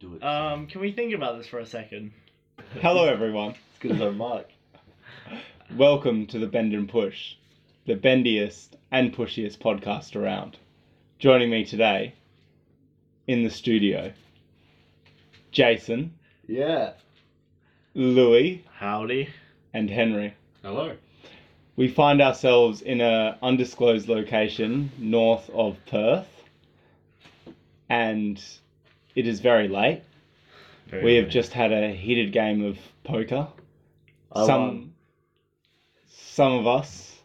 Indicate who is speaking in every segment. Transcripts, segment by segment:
Speaker 1: it.
Speaker 2: Um, can we think about this for a second?
Speaker 3: Hello, everyone.
Speaker 1: It's good as our mic.
Speaker 3: Welcome to the Bend and Push, the bendiest and pushiest podcast around. Joining me today in the studio, Jason,
Speaker 1: Yeah.
Speaker 3: Louis,
Speaker 2: Howdy.
Speaker 3: and Henry.
Speaker 4: Hello.
Speaker 3: We find ourselves in a undisclosed location north of Perth, and it is very late.
Speaker 2: Very
Speaker 3: We have
Speaker 2: nice.
Speaker 3: just had a heated game of poker.
Speaker 1: I
Speaker 3: some
Speaker 1: won.
Speaker 3: some of us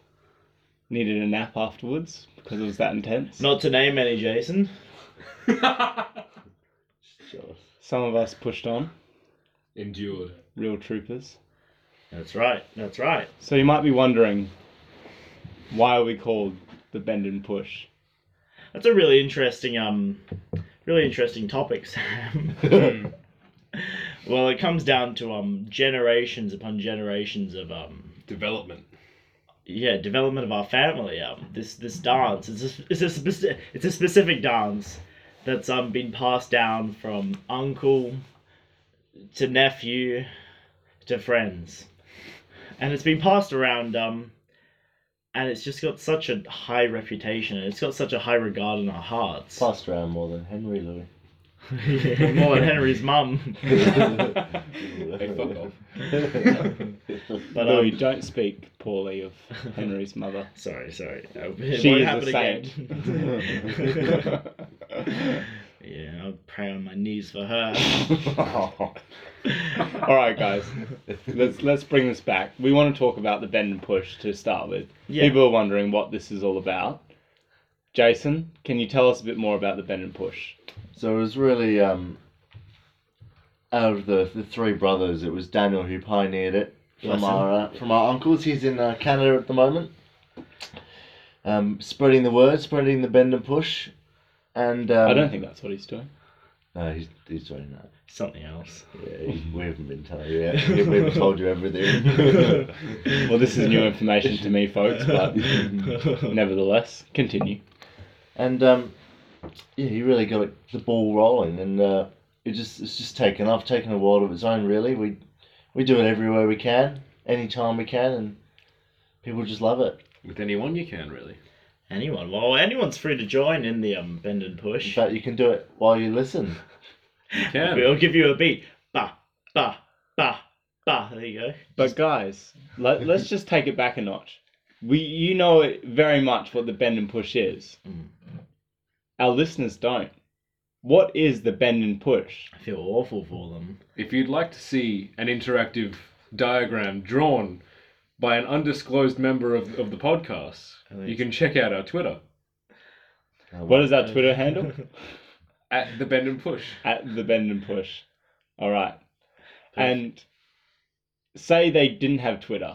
Speaker 3: needed a nap afterwards because it was that intense.
Speaker 2: Not to name any, Jason.
Speaker 1: Jealous.
Speaker 3: Some of us pushed on,
Speaker 4: Endured.
Speaker 3: real troopers.
Speaker 2: That's right. That's right.
Speaker 3: So you might be wondering why are we called the bend and push?
Speaker 2: That's a really interesting um, really interesting topic, Sam. well, it comes down to um generations upon generations of um
Speaker 4: Development.
Speaker 2: yeah development of our family um this this dance it's a, it's a specific it's a specific dance that's um been passed down from uncle to nephew to friends and it's been passed around um and it's just got such a high reputation and it's got such a high regard in our hearts
Speaker 1: Passed around more than Henry Louis.
Speaker 2: more than henry's mum
Speaker 4: Hey, fuck off.
Speaker 2: but
Speaker 3: Louis,
Speaker 2: um,
Speaker 3: don't speak poorly of Henry's mother.
Speaker 2: sorry sorry it
Speaker 3: She
Speaker 2: won't
Speaker 3: is a
Speaker 2: happen again
Speaker 3: saint.
Speaker 2: yeah i'll pray on my knees for her
Speaker 3: All right, guys, let's let's bring this back. We want to talk about the bend and push to start with.
Speaker 2: Yeah.
Speaker 3: People are wondering what this is all about. Jason, can you tell us a bit more about the bend and push?
Speaker 1: So it was really um, out of the, the three brothers, it was Daniel who pioneered it
Speaker 2: Bless
Speaker 1: from
Speaker 2: him.
Speaker 1: our uh, from our uncles. He's in uh, Canada at the moment, um, spreading the word, spreading the bend and push, and um,
Speaker 3: I don't think that's what he's doing.
Speaker 1: No, he's he's doing that.
Speaker 2: something else
Speaker 1: Yeah, he- we haven't been telling you yet. We haven't told you everything.
Speaker 2: well,
Speaker 3: Well, this is new information to me, folks, but
Speaker 2: no.
Speaker 3: nevertheless, continue.
Speaker 1: and um, yeah, he really got the ball rolling, and uh, it just it's just taken off, taken a world of its own. Really, we we do it everywhere we can, any time we can, and people just love it.
Speaker 4: With anyone you can, really.
Speaker 2: Anyone? Well, anyone's free to join in the um, bend and
Speaker 1: In
Speaker 2: push.
Speaker 1: fact, you can do it while you listen.
Speaker 4: You can.
Speaker 2: We'll give you a beat. Ba, ba, ba, ba. There you go.
Speaker 3: But guys, let, let's just take it back a notch. We you know it very much what the bend and push is.
Speaker 2: Mm.
Speaker 3: Our listeners don't. What is the bend and push?
Speaker 2: I feel awful for them.
Speaker 4: If you'd like to see an interactive diagram drawn by an undisclosed member of, of the podcast, you can check out our Twitter
Speaker 1: Oh,
Speaker 3: What is our Twitter handle?
Speaker 4: at the Bend and Push.
Speaker 3: at the bend and push. All right. And say they didn't have Twitter,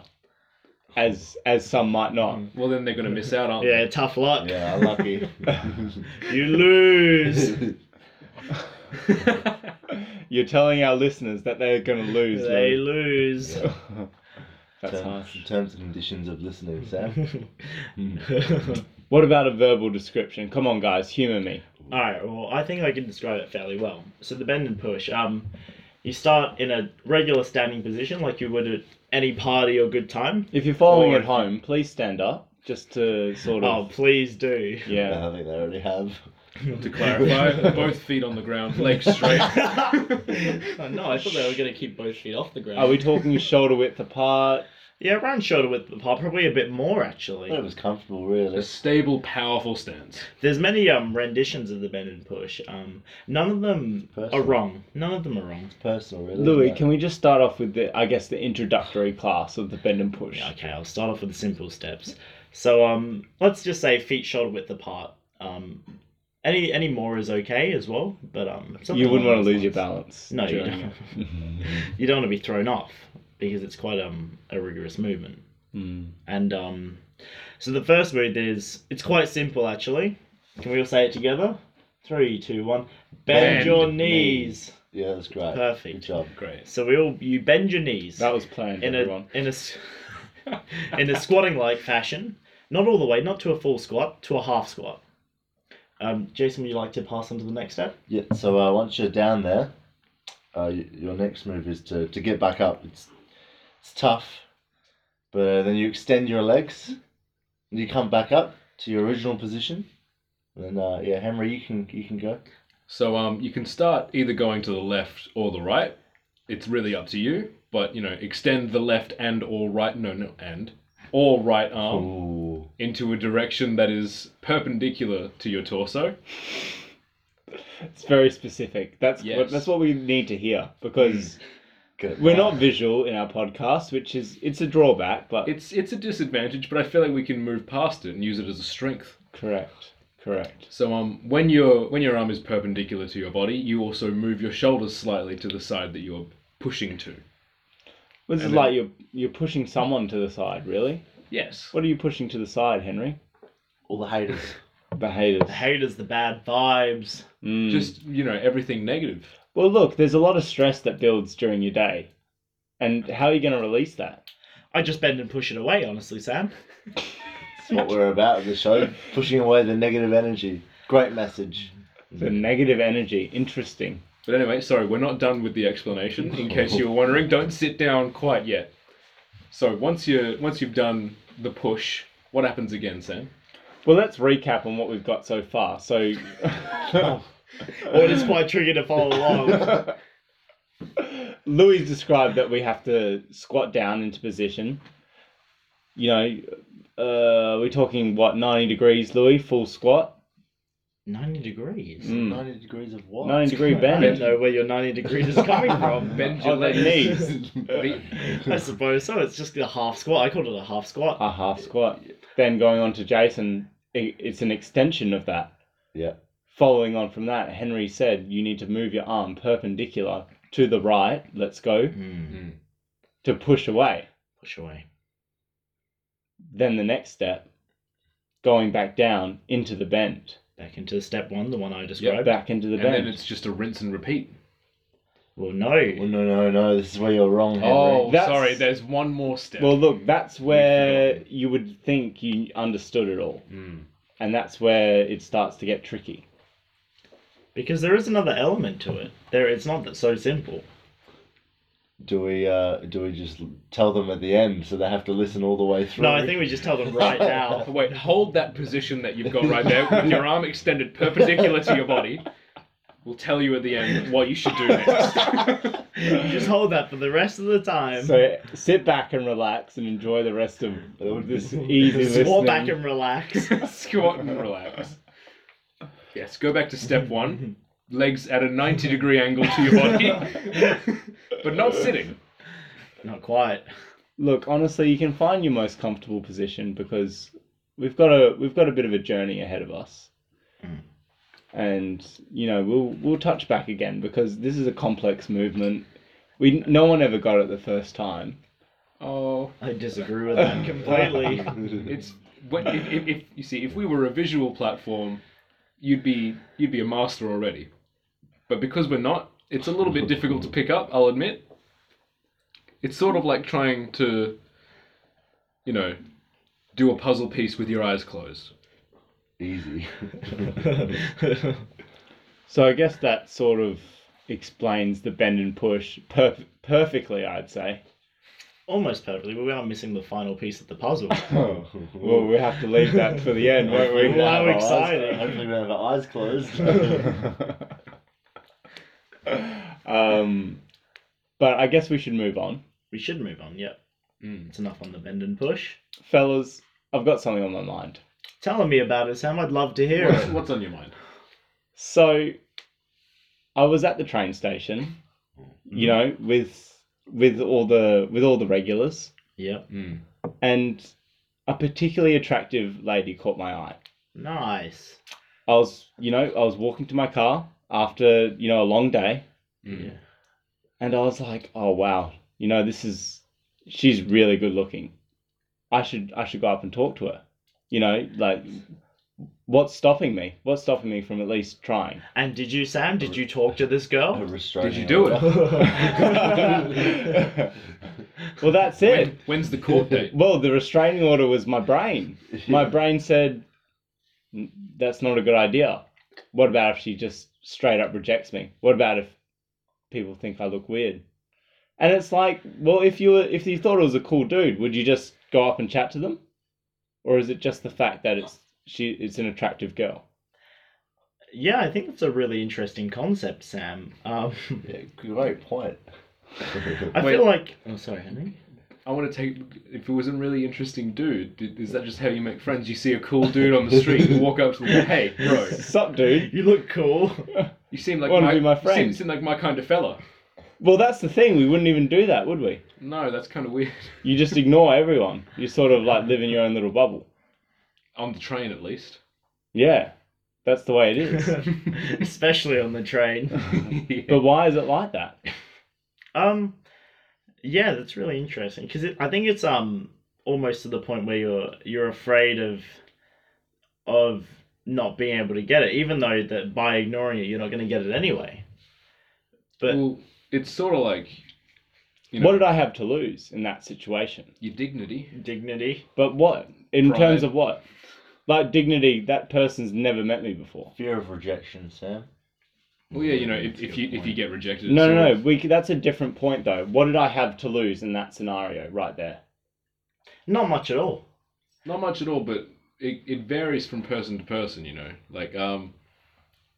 Speaker 3: as as some might not.
Speaker 2: Hmm.
Speaker 4: Well, then they're going to miss out on
Speaker 2: Yeah, tough luck.
Speaker 1: Yeah, lucky.
Speaker 2: You lose.
Speaker 3: You're telling our listeners that they're going to lose.
Speaker 2: they
Speaker 3: Lou.
Speaker 2: lose.
Speaker 3: That's
Speaker 1: terms,
Speaker 3: harsh.
Speaker 1: terms and conditions of listening, Sam.
Speaker 3: What about a verbal description? Come on, guys, humor me.
Speaker 2: All right. Well, I think I can describe it fairly well. So the bend and push. Um, you start in a regular standing position, like you would at any party or good time.
Speaker 3: If you're following
Speaker 2: Or-
Speaker 3: at home, please stand up just to sort
Speaker 2: Oh,
Speaker 3: of.
Speaker 2: please do.
Speaker 3: yeah.
Speaker 1: I think they already have.
Speaker 4: To clarify, both feet on the ground, legs straight.
Speaker 2: Oh, no, I thought they were going to keep both feet off the ground.
Speaker 3: Are we talking shoulder width apart?
Speaker 2: Yeah, around shoulder width apart, probably a bit more
Speaker 1: But
Speaker 3: Hmm.
Speaker 1: it
Speaker 2: actually.
Speaker 1: was comfortable,
Speaker 4: A
Speaker 1: really.
Speaker 4: stable, powerful stance.
Speaker 2: There's many um renditions of the bend and push. Um, none of them
Speaker 1: Personal.
Speaker 2: are wrong. None of them are wrong.
Speaker 1: Personal, really.
Speaker 3: Louis,
Speaker 1: isn't it?
Speaker 3: can we just start off with the, I guess, the introductory class of the bend and push?
Speaker 2: Yeah, okay, I'll start off with the simple steps. So um, let's just say feet shoulder width apart. Um, any any more is okay as well, but um, something
Speaker 3: You wouldn't
Speaker 2: along
Speaker 3: want to
Speaker 2: those
Speaker 3: lose your
Speaker 2: lines.
Speaker 3: balance.
Speaker 2: No, you
Speaker 3: during
Speaker 2: don't. you don't want to be thrown off because it's quite um a rigorous movement.
Speaker 3: Mm.
Speaker 2: And um, so the first move is it's quite simple actually. Can we all say it together? Three, two, one. Bend,
Speaker 4: Bend
Speaker 2: your knees.
Speaker 1: Yeah, that's great.
Speaker 2: Perfect.
Speaker 1: Good job.
Speaker 4: Great.
Speaker 2: So we all you bend your knees
Speaker 3: That was planned,
Speaker 2: in a
Speaker 3: everyone.
Speaker 2: in a s- in a squatting like fashion. Not all the way, not to a full squat, to a half squat. Um, Jason, would you like to pass on to the next step?
Speaker 1: Yeah, so uh, once you're down there, uh, y- your next move is to, to get back up. It's it's tough, but uh, then you extend your legs, and you come back up to your original position. And then uh, yeah, Henry, you can you can go.
Speaker 4: So um, you can start either going to the left or the right. It's really up to you. But you know, extend the left and or right no no and or right arm
Speaker 1: Ooh.
Speaker 4: into a direction that is perpendicular to your torso.
Speaker 3: It's very specific. That's what
Speaker 4: Yes. Mm.
Speaker 3: that's what we need to hear because
Speaker 1: Good.
Speaker 3: we're not visual in our podcast, which is it's a drawback, but
Speaker 4: It's it's a disadvantage, but I feel like we can move past it and use it as a strength.
Speaker 3: correct. Correct.
Speaker 4: So um, when your when your arm is perpendicular to your body, you also move your shoulders slightly to the side that you're pushing to.
Speaker 3: This is
Speaker 4: And
Speaker 3: like you're you're pushing someone to the side, really.
Speaker 4: Yes.
Speaker 3: What are you pushing to the side, Henry?
Speaker 1: all the haters.
Speaker 3: The haters.
Speaker 2: The haters, the bad vibes.
Speaker 3: Mm.
Speaker 4: Just you know everything negative.
Speaker 3: well, look, there's a lot of stress that builds during your day, and how are you going to release that?
Speaker 2: I just bend and push it away, honestly, Sam.
Speaker 1: That's what we're about at the show, pushing away the negative energy. Great message.
Speaker 4: Mm.
Speaker 3: The negative energy. Interesting.
Speaker 4: But anyway, sorry, we're not done with the explanation. In case you were wondering, don't sit down quite yet. So once you once you've done the push, what happens again, Sam?
Speaker 3: Well, let's recap on what we've got so far. So,
Speaker 2: Or it is quite tricky to follow along.
Speaker 3: Louis described that we have to squat down into position. You know, uh, we're talking what ninety degrees, Louis, full squat,
Speaker 2: 90 degrees.
Speaker 3: Mm.
Speaker 1: Ninety degrees of what?
Speaker 3: ninety degree
Speaker 2: I don't
Speaker 3: bend.
Speaker 2: know where your 90 degrees is coming from.
Speaker 4: Bend
Speaker 3: your legs.
Speaker 2: I suppose so. It's just a half squat. I called it a half squat.
Speaker 3: A half squat. Then going on to Jason, i- it's an extension of that.
Speaker 1: Yeah.
Speaker 3: Following on from that, Henry said you need to move your arm perpendicular to the right. Let's go
Speaker 2: Mm,
Speaker 3: to push away.
Speaker 2: push away.
Speaker 3: Then the next step, going back down into the bend,
Speaker 2: Back into step one, the one I described.
Speaker 3: back into the
Speaker 4: and
Speaker 3: bend.
Speaker 4: then it's just a rinse and repeat.
Speaker 2: Well, no.
Speaker 1: Well, no, no, no. This is where you're wrong, Henry.
Speaker 4: Oh,
Speaker 3: That's-
Speaker 4: sorry, there's one more step.
Speaker 3: Well, look, that's where
Speaker 4: forgotten.
Speaker 3: you would think you understood it all,
Speaker 4: Mm.
Speaker 3: and that's where it starts to get tricky.
Speaker 2: Because there is another element to it. There, It's not that so simple.
Speaker 1: Do we uh, do we just tell them at the end so they have to listen all the way through?
Speaker 2: No, I think we just tell them right now.
Speaker 4: Wait, hold that position that you've got right there with your arm extended perpendicular to your body. We'll tell you at the end what you should do next.
Speaker 2: You just hold that for the rest of the time.
Speaker 3: So sit back and relax and enjoy the rest of this easy
Speaker 2: Just
Speaker 3: listening.
Speaker 2: Walk back and relax.
Speaker 4: Squat and relax. Yes, go back to step one. Legs at a 90 degree angle to your body, but not sitting.
Speaker 2: Not quite.
Speaker 3: Look, honestly, you can find your most comfortable position because we've got a we've got a bit of a journey ahead of us,
Speaker 2: Mm.
Speaker 3: and you know we'll we'll touch back again because this is a complex movement. We no one ever got it the first time.
Speaker 4: Oh,
Speaker 2: I disagree with that completely.
Speaker 4: it's when, if, if, if you see if we were a visual platform, you'd be you'd be a master already. But because we're not, it's a little bit difficult to pick up. I'll admit. It's sort of like trying to, you know, do a puzzle piece with your eyes closed.
Speaker 1: easy.
Speaker 3: So I guess that sort of explains the bend and push perf- perfectly, I'd say.
Speaker 2: Almost perfectly, but we are missing the final piece of the puzzle.
Speaker 3: Well, we have to leave that for the end, won't we?
Speaker 2: Wow,
Speaker 1: Our eyes-
Speaker 2: exciting.
Speaker 1: Hopefully, we have our eyes closed.
Speaker 3: um, but I guess we should move on,
Speaker 2: we should move on, yep.
Speaker 4: Mm.
Speaker 2: It's enough on the bend and push.
Speaker 3: fellas. I've got something on my mind.
Speaker 2: Telling me about it, Sam, I'd love to hear
Speaker 4: What's,
Speaker 2: it.
Speaker 4: what's on your mind?
Speaker 3: So, I was at the train station, you know, with with all the with all the regulars,
Speaker 2: Yep.
Speaker 4: Mm.
Speaker 3: and a particularly attractive lady caught my eye.
Speaker 2: Nice.
Speaker 3: I was, you know, I was walking to my car after, you know, a long day,
Speaker 4: Mm.
Speaker 2: Yeah.
Speaker 3: and I was like, oh wow, you know, this is she's really good looking. I should I should go up and talk to her. You know, like what's stopping me? What's stopping me from at least trying?
Speaker 2: And did you, Sam, did you talk to this
Speaker 1: A
Speaker 2: girl?
Speaker 1: restraining
Speaker 4: Did you do it?
Speaker 1: order.
Speaker 3: Well, that's it.
Speaker 4: When, when's the court date?
Speaker 3: Well, the restraining order was my brain. My brain said "N- that's not a good idea. What about if she just straight up rejects me? What about if people think I look weird. And it's like, well, if you were, if you thought it was a cool dude, would you just go up and chat to them, or is it just the fact that it's she, it's an attractive girl?
Speaker 2: Yeah, I think that's a really interesting concept, Sam. Um,
Speaker 1: Yeah, great point.
Speaker 2: I
Speaker 4: Wait.
Speaker 2: feel like. Oh, sorry, Henry.
Speaker 4: I want to take. If it was a really interesting dude, did, is that just how you make friends? You see a cool dude on the street, you walk up to him, hey, bro,
Speaker 3: Sup, dude.
Speaker 2: You look cool.
Speaker 4: you seem like
Speaker 3: Wanna be my
Speaker 4: you seem-
Speaker 3: friend.
Speaker 4: You seem, like my kind of fella.
Speaker 3: Well, that's the thing. We wouldn't even do that, would we?
Speaker 4: No, that's kind of weird.
Speaker 3: You just ignore everyone. You sort of like live in your own little bubble.
Speaker 4: On the train, at least.
Speaker 3: Yeah, that's the way it is.
Speaker 2: Especially on the train.
Speaker 3: but why is it like that?
Speaker 2: Um, yeah, that's really interesting because I think it's um almost to the point where you're you're afraid of of not being able to get it, even though that by ignoring it you're not going to get it anyway. But
Speaker 4: well, it's sort of like, you know,
Speaker 3: What did I have to lose in that situation?
Speaker 4: your dignity.
Speaker 2: dignity,
Speaker 3: But what? In
Speaker 4: Pride.
Speaker 3: terms of what? Like dignity, that person's never met me before.
Speaker 1: Fear of rejection, Sam.
Speaker 4: Well, yeah, you know, if,
Speaker 1: That's a
Speaker 4: if
Speaker 1: good
Speaker 4: you if
Speaker 1: point.
Speaker 4: you get rejected,
Speaker 3: No,
Speaker 4: it's
Speaker 3: no,
Speaker 4: sort
Speaker 3: no.
Speaker 4: of-
Speaker 3: We, c- that's a different point, though. What did I have to lose in that scenario right there?
Speaker 2: not much at all.
Speaker 4: not much at all. But it, it varies from person to person, you know. Like, um,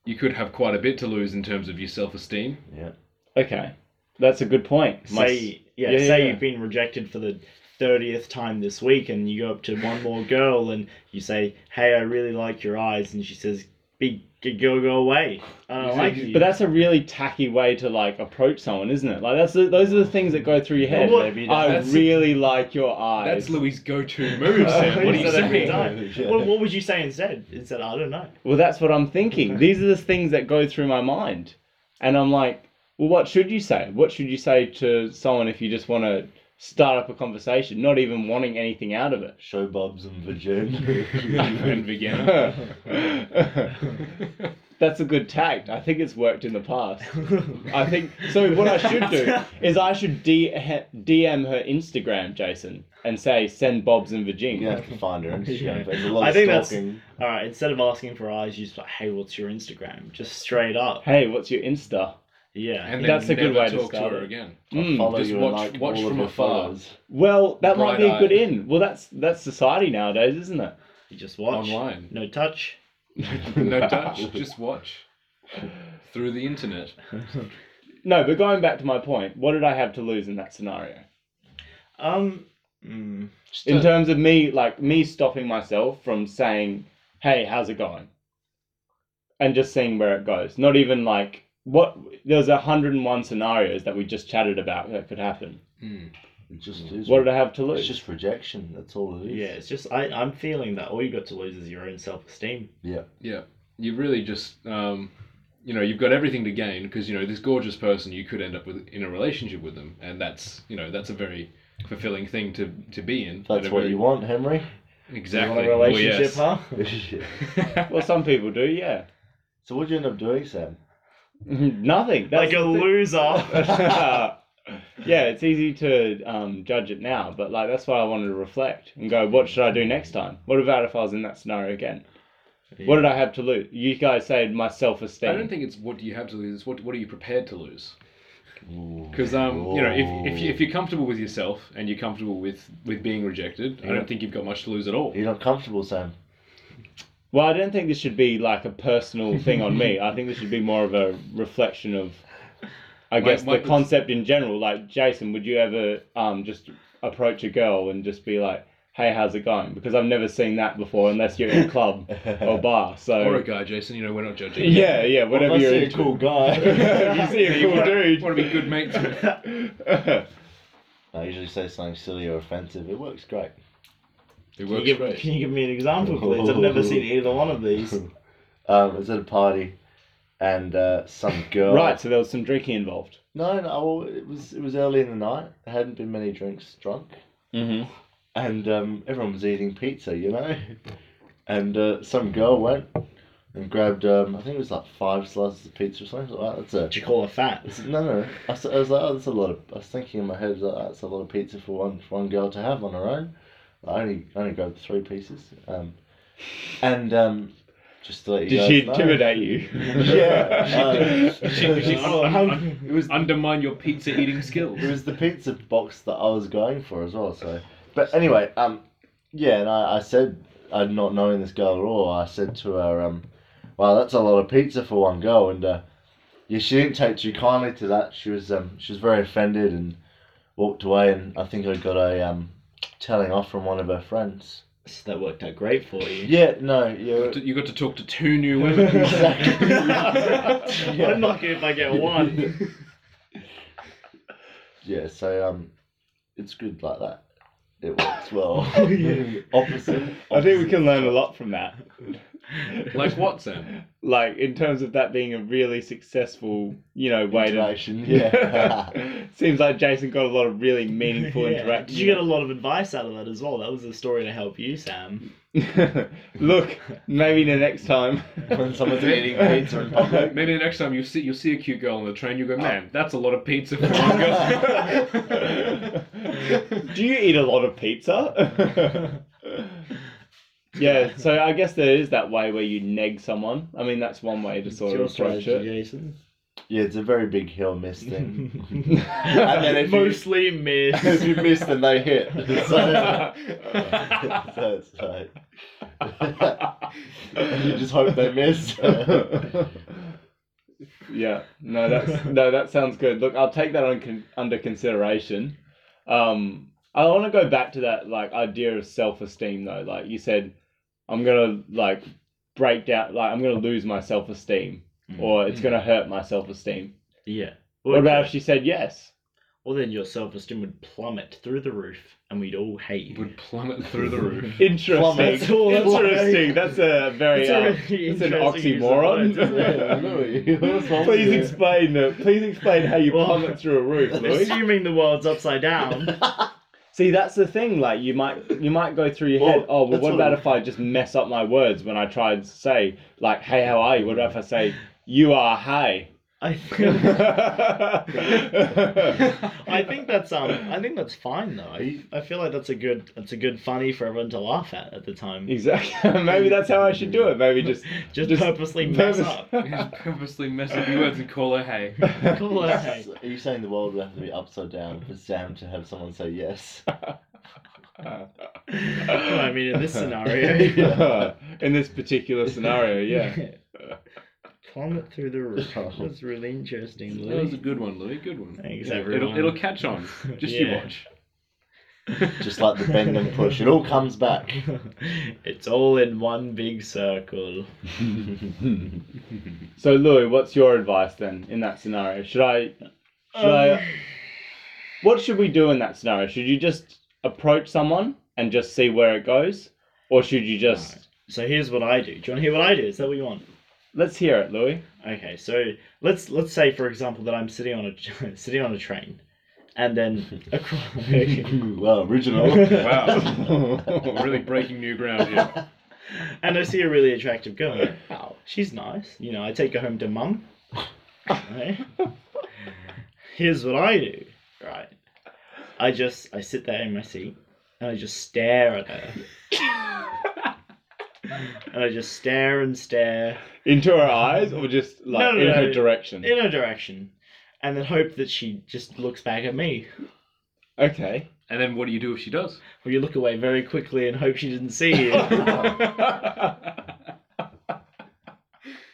Speaker 4: you could have quite a bit to lose in terms of your self esteem.
Speaker 1: Yeah.
Speaker 3: Okay. That's a good point. My s-
Speaker 2: Say yeah,
Speaker 3: yeah, yeah,
Speaker 2: say
Speaker 3: yeah.
Speaker 2: you've been rejected for the thirtieth time this week, and you go up to one more girl and you say, "Hey, I really like your eyes," and she says, "Be go go away. I
Speaker 4: You
Speaker 2: don't
Speaker 4: see,
Speaker 2: like
Speaker 4: you-
Speaker 2: you."
Speaker 3: but that's a really tacky way to like approach someone, isn't it? Like that's the, those are the things that go through your head.
Speaker 2: Well,
Speaker 1: Maybe
Speaker 3: I
Speaker 4: that's-
Speaker 3: really like your eyes.
Speaker 4: That's Louis' go-to move, Sam.
Speaker 2: What
Speaker 4: What are
Speaker 2: do
Speaker 4: you
Speaker 2: said every
Speaker 4: saying?
Speaker 2: time.
Speaker 1: Yeah.
Speaker 2: What, what would you say instead? Instead, I don't know.
Speaker 3: well, that's what I'm thinking. These are the things that go through my mind, and I'm like, well, what should you say? What should you say to someone if you just want to start up a conversation, not even wanting anything out of it?
Speaker 1: Show bobs and vagina.
Speaker 4: and vegan.
Speaker 3: That's a good tact. I think it's worked in the past. I think so. What I should do is I should D- DM her Instagram, Jason, and say send Bob's and Vagine.
Speaker 1: You have to find her Instagram. There's a lot
Speaker 2: I
Speaker 1: of
Speaker 2: think that's-
Speaker 1: stalking.
Speaker 2: All right. Instead of asking for eyes, you just like, hey, what's your Instagram? Just straight up.
Speaker 3: Hey, what's your Insta?
Speaker 2: Yeah.
Speaker 4: And then
Speaker 3: That's a
Speaker 4: never
Speaker 3: good way to
Speaker 4: talk to,
Speaker 3: start
Speaker 4: her
Speaker 3: it.
Speaker 4: again.
Speaker 3: Mm.
Speaker 1: Follow
Speaker 4: Hmm, Just
Speaker 1: you
Speaker 4: watch-
Speaker 1: and like
Speaker 4: watch
Speaker 1: all
Speaker 4: from
Speaker 1: of your
Speaker 4: afar.
Speaker 1: followers.
Speaker 3: Well, that might be a good
Speaker 4: Bright-eyed.
Speaker 3: in. Well, that's that's society nowadays, isn't it?
Speaker 2: You just watch.
Speaker 4: Online.
Speaker 2: No touch.
Speaker 4: No touch, just watch. Through the internet.
Speaker 3: No, but going back to my point, what did I have to lose in that scenario?
Speaker 2: Um. mm,
Speaker 4: Just
Speaker 3: In
Speaker 4: a-
Speaker 3: terms of me, like me stopping myself from saying, "Hey, how's it going?" and just seeing where it goes. Not even like what there's 101 scenarios that we just chatted about that could happen.
Speaker 4: Hmm.
Speaker 1: It just is.
Speaker 3: What did I have to
Speaker 1: It's
Speaker 3: lose?
Speaker 1: just rejection. That's all it is.
Speaker 2: yeah. It's just I. I'm feeling that all you got to lose is your own self esteem.
Speaker 4: Yeah, you really just, um, you know, you've got everything to gain because you know this gorgeous person you could end up with in a relationship with them, and that's you know that's a very fulfilling thing to to be in.
Speaker 1: That's
Speaker 4: At a
Speaker 1: what
Speaker 4: very-
Speaker 1: you want, Henry.
Speaker 4: Exactly.
Speaker 2: You want a relationship,
Speaker 4: well, yes.
Speaker 3: well, some people do, yeah.
Speaker 1: so what do you end up doing, Sam?
Speaker 3: Nothing.
Speaker 2: huh? like
Speaker 3: That's
Speaker 2: a
Speaker 3: the thing.
Speaker 2: loser.
Speaker 3: yeah, it's easy to um, judge it now, but like that's why I wanted to reflect and go, what should I do next time? What about if I was in that scenario again? What did I have to lose? You guys said my self
Speaker 4: I don't
Speaker 3: esteem.
Speaker 4: think it's what do you have to lose. It's what what are you prepared to lose?
Speaker 1: Ooh.
Speaker 4: Because um, you know, if if, you, if you're comfortable with yourself and you're comfortable with with being rejected, I
Speaker 1: Yeah.
Speaker 4: don't think you've got much to lose at all.
Speaker 1: You're not comfortable, Sam.
Speaker 3: Well, I don't think this should be like a personal thing on me. I think this should be more of a reflection of,
Speaker 4: My-
Speaker 3: I guess,
Speaker 4: my-
Speaker 3: the concept in general. Like, Jason, would you ever um, just approach a girl and just be like, hey, how's it going? Because I've never seen that before unless you're in a club or bar. So,
Speaker 4: Or a guy, Jason. You know, we're not judging.
Speaker 3: yeah, yeah, whatever
Speaker 1: Well,
Speaker 3: you're
Speaker 1: if I see a
Speaker 3: into.
Speaker 1: cool guy.
Speaker 3: you see a cool dude.
Speaker 4: Want to be good mates? with-
Speaker 1: I usually say something silly or offensive. It works great.
Speaker 4: It
Speaker 2: Can you,
Speaker 4: works
Speaker 2: give,
Speaker 4: great.
Speaker 2: can you give me an example, please? I've never seen either one of these.
Speaker 1: Um, I was at a party, and uh, some girl.
Speaker 3: right, so there was some drinking involved.
Speaker 1: No, no. Well, it was it was early in the night. There hadn't been many drinks drunk,
Speaker 3: Mm-hmm.
Speaker 1: and um, everyone was eating pizza, you know. And uh, some girl went and grabbed. Um, I think it was like five slices of pizza or something. Like, wow, that's a
Speaker 2: What you call a fat?
Speaker 1: It's- No, no. I was, I was like, oh, that's a lot of. I was thinking in my head, I was like, that's a lot of pizza for one for one girl to have on her own. I only I only grabbed three pieces, um, and um, Just to let you
Speaker 3: Did
Speaker 1: guys
Speaker 3: she
Speaker 1: know.
Speaker 3: intimidate you?
Speaker 1: Yeah.
Speaker 4: She, she, she
Speaker 2: Oh,
Speaker 4: un-
Speaker 2: how-
Speaker 4: un-
Speaker 1: It was
Speaker 4: undermine your pizza eating skills.
Speaker 1: it was the pizza box that I was going for as well. So, but anyway, um, yeah, and I, I said, I not knowing this girl at all, I said to her, um, wow, that's a lot of pizza for one girl, and uh, yeah, she didn't take too kindly to that. She was um, she was very offended and walked away, and I think I got a um, telling off from one of her friends.
Speaker 2: So that worked out great for you.
Speaker 1: Yeah, no, yeah,
Speaker 4: You got to talk to two new women.
Speaker 2: I'm lucky if I get one.
Speaker 1: yeah. So um, it's good like that. It works well.
Speaker 3: yeah.
Speaker 1: opposite.
Speaker 3: I think we can learn a lot from that.
Speaker 4: like what, Sam?
Speaker 3: Like in terms of that being a really successful, you know, way to.
Speaker 1: Interaction, Yeah.
Speaker 3: Seems like Jason got a lot of really meaningful
Speaker 2: Yeah.
Speaker 3: interactions.
Speaker 2: Did you get a lot of advice out of that as well? That was a story to help you, Sam.
Speaker 3: Look, maybe the next time.
Speaker 1: when someone's eating pizza in public.
Speaker 4: Maybe the next time you see you see a cute girl on the train, you go, man, that's a lot of pizza for one girl.
Speaker 3: Do you eat a lot of pizza? yeah, so I guess there is that way where you neg someone. I mean, that's one way to
Speaker 2: It's
Speaker 3: sort
Speaker 2: your
Speaker 3: of approach
Speaker 2: strategy,
Speaker 3: it.
Speaker 2: Jason.
Speaker 1: Yeah, it's a very big hill miss thing. And then if you-
Speaker 2: Mostly
Speaker 1: if
Speaker 2: miss.
Speaker 1: you miss, then they hit. So, so it's like. you just hope they miss.
Speaker 3: yeah, no, that's no, that sounds good. Look, I'll take that on con- under consideration. Um, I want to go back to that like idea of self esteem though. Like you said, I'm gonna like break down. Like I'm gonna lose my self esteem,
Speaker 2: Mm.
Speaker 3: or it's gonna hurt my self esteem.
Speaker 2: Yeah.
Speaker 3: What about if she said yes?
Speaker 2: Well, then your self esteem would plummet through the roof and we'd all hate you.
Speaker 4: Would plummet through the roof.
Speaker 3: Interesting.
Speaker 2: That's all that's
Speaker 3: Interesting. That's a very.
Speaker 2: It's a
Speaker 3: uh,
Speaker 2: really
Speaker 3: it's an
Speaker 2: interesting use of
Speaker 3: oxymoron.
Speaker 2: words, isn't it?
Speaker 1: Yeah, Louis, what's wrong with
Speaker 3: Please
Speaker 1: you?
Speaker 3: explain. Uh, please explain how you
Speaker 2: Well-
Speaker 3: plummet through a roof, Louis.
Speaker 2: Assuming the world's upside down.
Speaker 3: See, that's the thing. Like, you might you might go through your
Speaker 1: Well,
Speaker 3: head. Oh, well,
Speaker 1: that's
Speaker 3: what
Speaker 1: what
Speaker 3: about
Speaker 1: I'm-
Speaker 3: if I just mess up my words when I try and say like, "Hey, how are you?" What about if I say, "You are hey."
Speaker 2: I think, I think that's um I think that's fine though. I, I feel like that's a good that's a good funny for everyone to laugh at at the time.
Speaker 3: exactly. Maybe that's how I should do it. Maybe just
Speaker 2: Just,
Speaker 3: just
Speaker 2: purposely mess
Speaker 3: purpose-
Speaker 2: up.
Speaker 4: You just purposely mess up your words and call her hey.
Speaker 2: Cool, eh?
Speaker 1: Are you saying the world would have to be upside down for Sam to have someone say yes?
Speaker 2: Well, I mean, in this scenario,
Speaker 3: In this particular scenario, yeah.
Speaker 2: plummet through the roof. That's really interesting.
Speaker 4: That was a
Speaker 2: Louis.
Speaker 4: good one, Louis. Good one.
Speaker 2: Thanks,
Speaker 4: Yeah,
Speaker 2: everyone.
Speaker 4: It'll, it'll catch on. Just you
Speaker 2: Yeah.
Speaker 4: watch.
Speaker 1: Just like the bend and push, it all comes back.
Speaker 2: it's all in one big circle.
Speaker 3: So, Louis, what's your advice then in that scenario? Should I, should I, what should we do in that scenario? Should you just approach someone and just see where it goes, or should you just
Speaker 2: So here's what I do. Do you want to hear what I do? Is that what you want?
Speaker 3: let's hear it, Louis?
Speaker 2: Okay, so let's let's say for example that I'm sitting on a sitting on a train, and then across.
Speaker 1: well, original.
Speaker 4: Wow. We're really breaking new ground here.
Speaker 2: and I see a really attractive girl. I'm like, Wow, she's nice. You know, I take her home to mum. Right? Here's what I do. Right. I just I sit there in my seat and I just stare at her. and I just stare and stare
Speaker 3: Into her eyes, or just like
Speaker 2: No, no,
Speaker 3: in her
Speaker 2: no.
Speaker 3: direction?
Speaker 2: in her direction. And then hope that she just looks back at me.
Speaker 3: Okay.
Speaker 4: And then what do you do if she does?
Speaker 2: Or you look away very quickly and hope she didn't see you.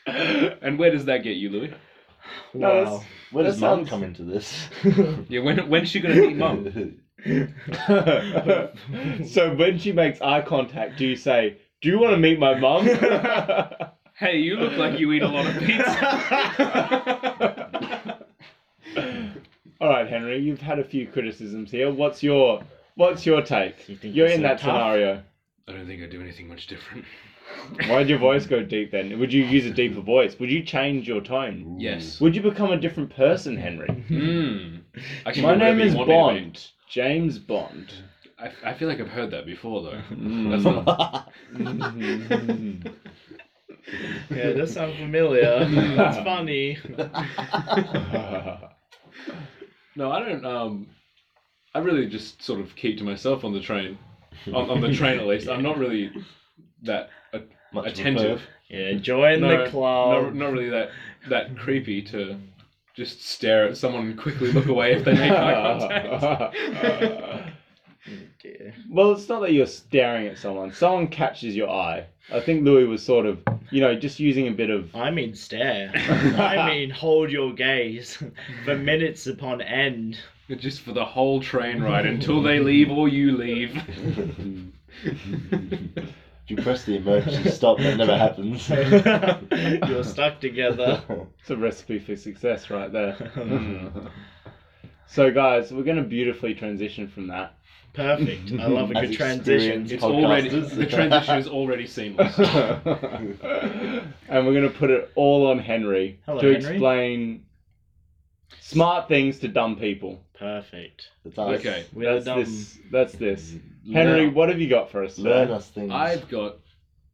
Speaker 4: And where does that get you, Louis?
Speaker 3: No,
Speaker 2: wow.
Speaker 1: Where does
Speaker 3: That
Speaker 1: mum
Speaker 3: sounds-
Speaker 1: come into this?
Speaker 4: Yeah, when when's she gonna meet mum?
Speaker 3: so when she makes eye contact, do you say, "Do you want to meet my mum?"
Speaker 4: Hey, you look like you eat a lot of pizza.
Speaker 3: All right, Henry, you've had a few criticisms here. What's your what's your take?
Speaker 2: You think
Speaker 3: You're
Speaker 2: you're
Speaker 3: in
Speaker 2: so
Speaker 3: that
Speaker 2: tough?
Speaker 3: scenario.
Speaker 4: I don't think I do anything much different.
Speaker 3: Why'd your voice go deep then? Would you use a deeper voice? Would you change your tone?
Speaker 4: Yes.
Speaker 3: Would you become a different person, Henry?
Speaker 4: Mm. I can
Speaker 3: My
Speaker 4: be
Speaker 3: name
Speaker 4: whatever you
Speaker 3: is
Speaker 4: want me to be.
Speaker 3: Bond. James Bond.
Speaker 4: I, I feel like I've heard that before though. That's
Speaker 3: Mm.
Speaker 4: not,
Speaker 2: Yeah, it does sound familiar. That's funny.
Speaker 4: no, I don't. Um, I really just sort of keep to myself on the train, on, on the train at least. I'm not really that a-
Speaker 1: Much of a
Speaker 4: attentive.
Speaker 1: perv. Um,
Speaker 2: Yeah, join
Speaker 4: No,
Speaker 2: the club.
Speaker 4: no- not really that that creepy to just stare at someone and quickly look away if they make eye contact.
Speaker 2: Oh, dear.
Speaker 3: Well, it's not that you're staring at someone. Someone catches your eye. I think Louis was sort of, you know, just using a bit of.
Speaker 2: I mean stare. I mean hold your gaze for minutes upon end.
Speaker 4: just for the whole train ride until they leave or you leave.
Speaker 1: If you press the emergency stop, that never happens.
Speaker 2: You're stuck together.
Speaker 3: It's a recipe for success right there. So, guys, we're going to beautifully transition from that.
Speaker 2: Perfect. I love a
Speaker 1: As
Speaker 2: good transition.
Speaker 4: It's already
Speaker 1: Podcasters.
Speaker 4: the transition is already seamless.
Speaker 3: and we're going to put it all on Henry
Speaker 2: Hello,
Speaker 3: to
Speaker 2: Henry.
Speaker 3: explain smart things to dumb people.
Speaker 2: Perfect.
Speaker 1: It's us.
Speaker 4: Okay.
Speaker 2: We're
Speaker 3: that's
Speaker 2: dumb.
Speaker 3: this. That's this.
Speaker 1: Learn-
Speaker 3: Henry, what have you got for us? today?
Speaker 1: learn us things.
Speaker 4: I've got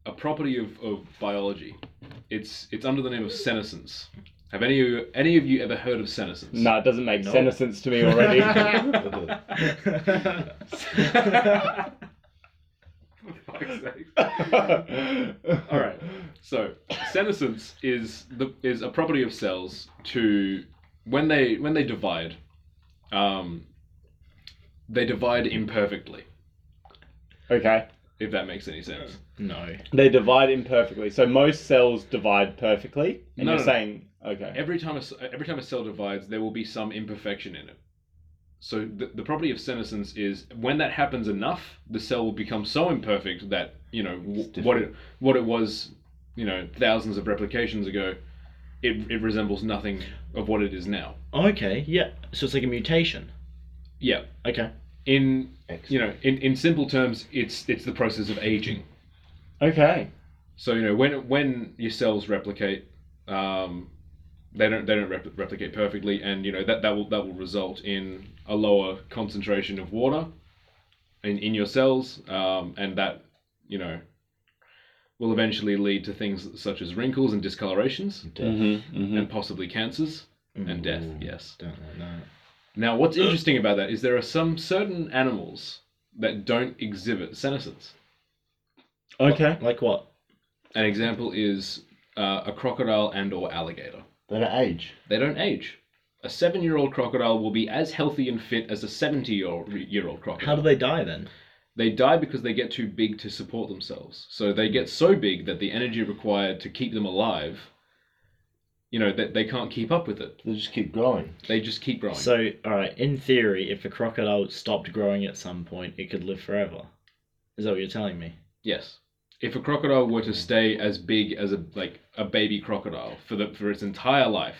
Speaker 4: a property of, of biology. It's it's under the name of senescence. Have any of you, any of you ever heard of senescence?
Speaker 3: No, it doesn't make
Speaker 2: No.
Speaker 3: senescence to me already.
Speaker 4: For fuck's sake.
Speaker 3: All
Speaker 4: All right. So senescence is the is a property of cells to when they when they divide, um, they divide imperfectly.
Speaker 3: Okay.
Speaker 4: If that makes any sense.
Speaker 2: no.
Speaker 3: They divide imperfectly. So most cells divide perfectly. And
Speaker 4: No,
Speaker 3: you're
Speaker 4: no, no.
Speaker 3: saying, okay.
Speaker 4: Every time a, s- every time a cell divides, there will be some imperfection in it. So the, the property of senescence is when that happens enough, the cell will become so imperfect that you know
Speaker 1: It's
Speaker 4: w- what it what it was, you know, thousands of replications ago, it, it resembles nothing of what it is now.
Speaker 2: Okay, yeah. So it's like a mutation.
Speaker 4: Yeah.
Speaker 2: Okay.
Speaker 4: In
Speaker 1: Excellent.
Speaker 4: you know, in, in simple terms, it's it's the process of aging.
Speaker 3: Okay.
Speaker 4: So you know when when your cells replicate, um, they don't they don't repl- replicate perfectly, and you know that, that will that will result in a lower concentration of water in in your cells, um, and that you know will eventually lead to things such as wrinkles and discolorations,
Speaker 3: Mm-hmm.
Speaker 4: and possibly cancers and death. Yes.
Speaker 2: Mm. Don't like that.
Speaker 4: Now, what's interesting about that is there are some certain animals that don't exhibit senescence.
Speaker 3: Okay.
Speaker 2: Like what?
Speaker 4: An example is uh, a crocodile and or alligator.
Speaker 1: They don't age.
Speaker 4: They don't age. A seven-year-old crocodile will be as healthy and fit as a seventy-year-old crocodile.
Speaker 2: How do they die then?
Speaker 4: They die because they get too big to support themselves. So they get so big that the energy required to keep them alive, you know, that they can't keep up with it.
Speaker 1: They just keep growing.
Speaker 4: They just keep growing.
Speaker 2: So, alright, in theory, if a crocodile stopped growing at some point, it could live forever. Is that what you're telling me?
Speaker 4: yes. If a crocodile were to stay as big as a like a baby crocodile for the for its entire life,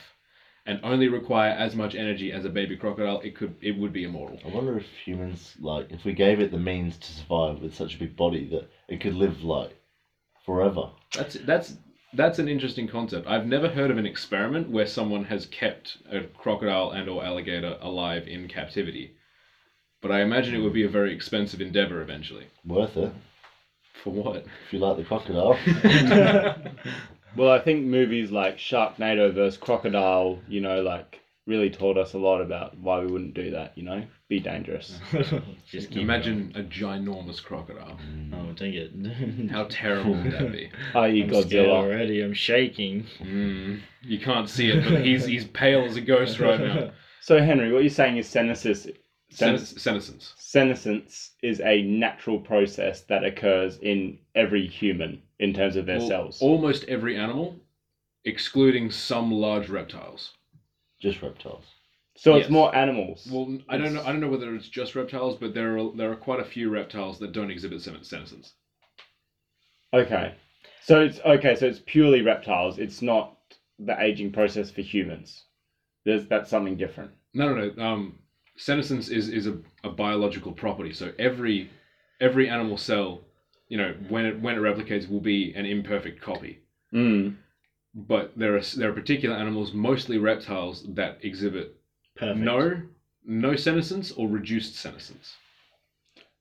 Speaker 4: and only require as much energy as a baby crocodile, it could it would be immortal.
Speaker 1: I wonder if humans, like, if we gave it the means to survive with such a big body that it could live, like, forever.
Speaker 4: That's that's that's an interesting concept. I've never heard of an experiment where someone has kept a crocodile and or alligator alive in captivity. But I imagine it would be a very expensive endeavor eventually.
Speaker 1: Worth it.
Speaker 4: For what?
Speaker 1: If you like the crocodile.
Speaker 3: Well, I think movies like Sharknado versus Crocodile, you know, like really taught us a lot about why we wouldn't do that, you know? Be dangerous.
Speaker 2: Just keep
Speaker 4: Imagine a ginormous crocodile.
Speaker 2: going. Oh, dang it.
Speaker 4: How terrible would that be?
Speaker 3: I.e.
Speaker 2: I'm scared
Speaker 3: Godzilla.
Speaker 2: already. I'm shaking.
Speaker 4: Mm, you can't see it, but he's he's pale as a ghost right now.
Speaker 3: So, Henry, what you're saying is senescence,
Speaker 4: Sen- senescence.
Speaker 3: senescence is a natural process that occurs in every human in terms of their
Speaker 4: Well,
Speaker 3: cells.
Speaker 4: Almost every animal, excluding some large reptiles.
Speaker 1: just reptiles.
Speaker 3: so, it's
Speaker 4: yes.
Speaker 3: more animals.
Speaker 4: Well, I don't know. I don't know whether it's just reptiles, but there are there are quite a few reptiles that don't exhibit sen- senescence.
Speaker 3: Okay. So it's okay, so it's purely reptiles. It's not the aging process for humans. There's that's something different.
Speaker 4: No, no, no. Um, senescence is is a, a biological property. So every every animal cell, you know, when it when it replicates, will be an imperfect copy. Hmm.
Speaker 3: Mm.
Speaker 4: But there are s- there are particular animals, mostly reptiles, that exhibit
Speaker 2: Perfect.
Speaker 4: no no senescence or reduced senescence.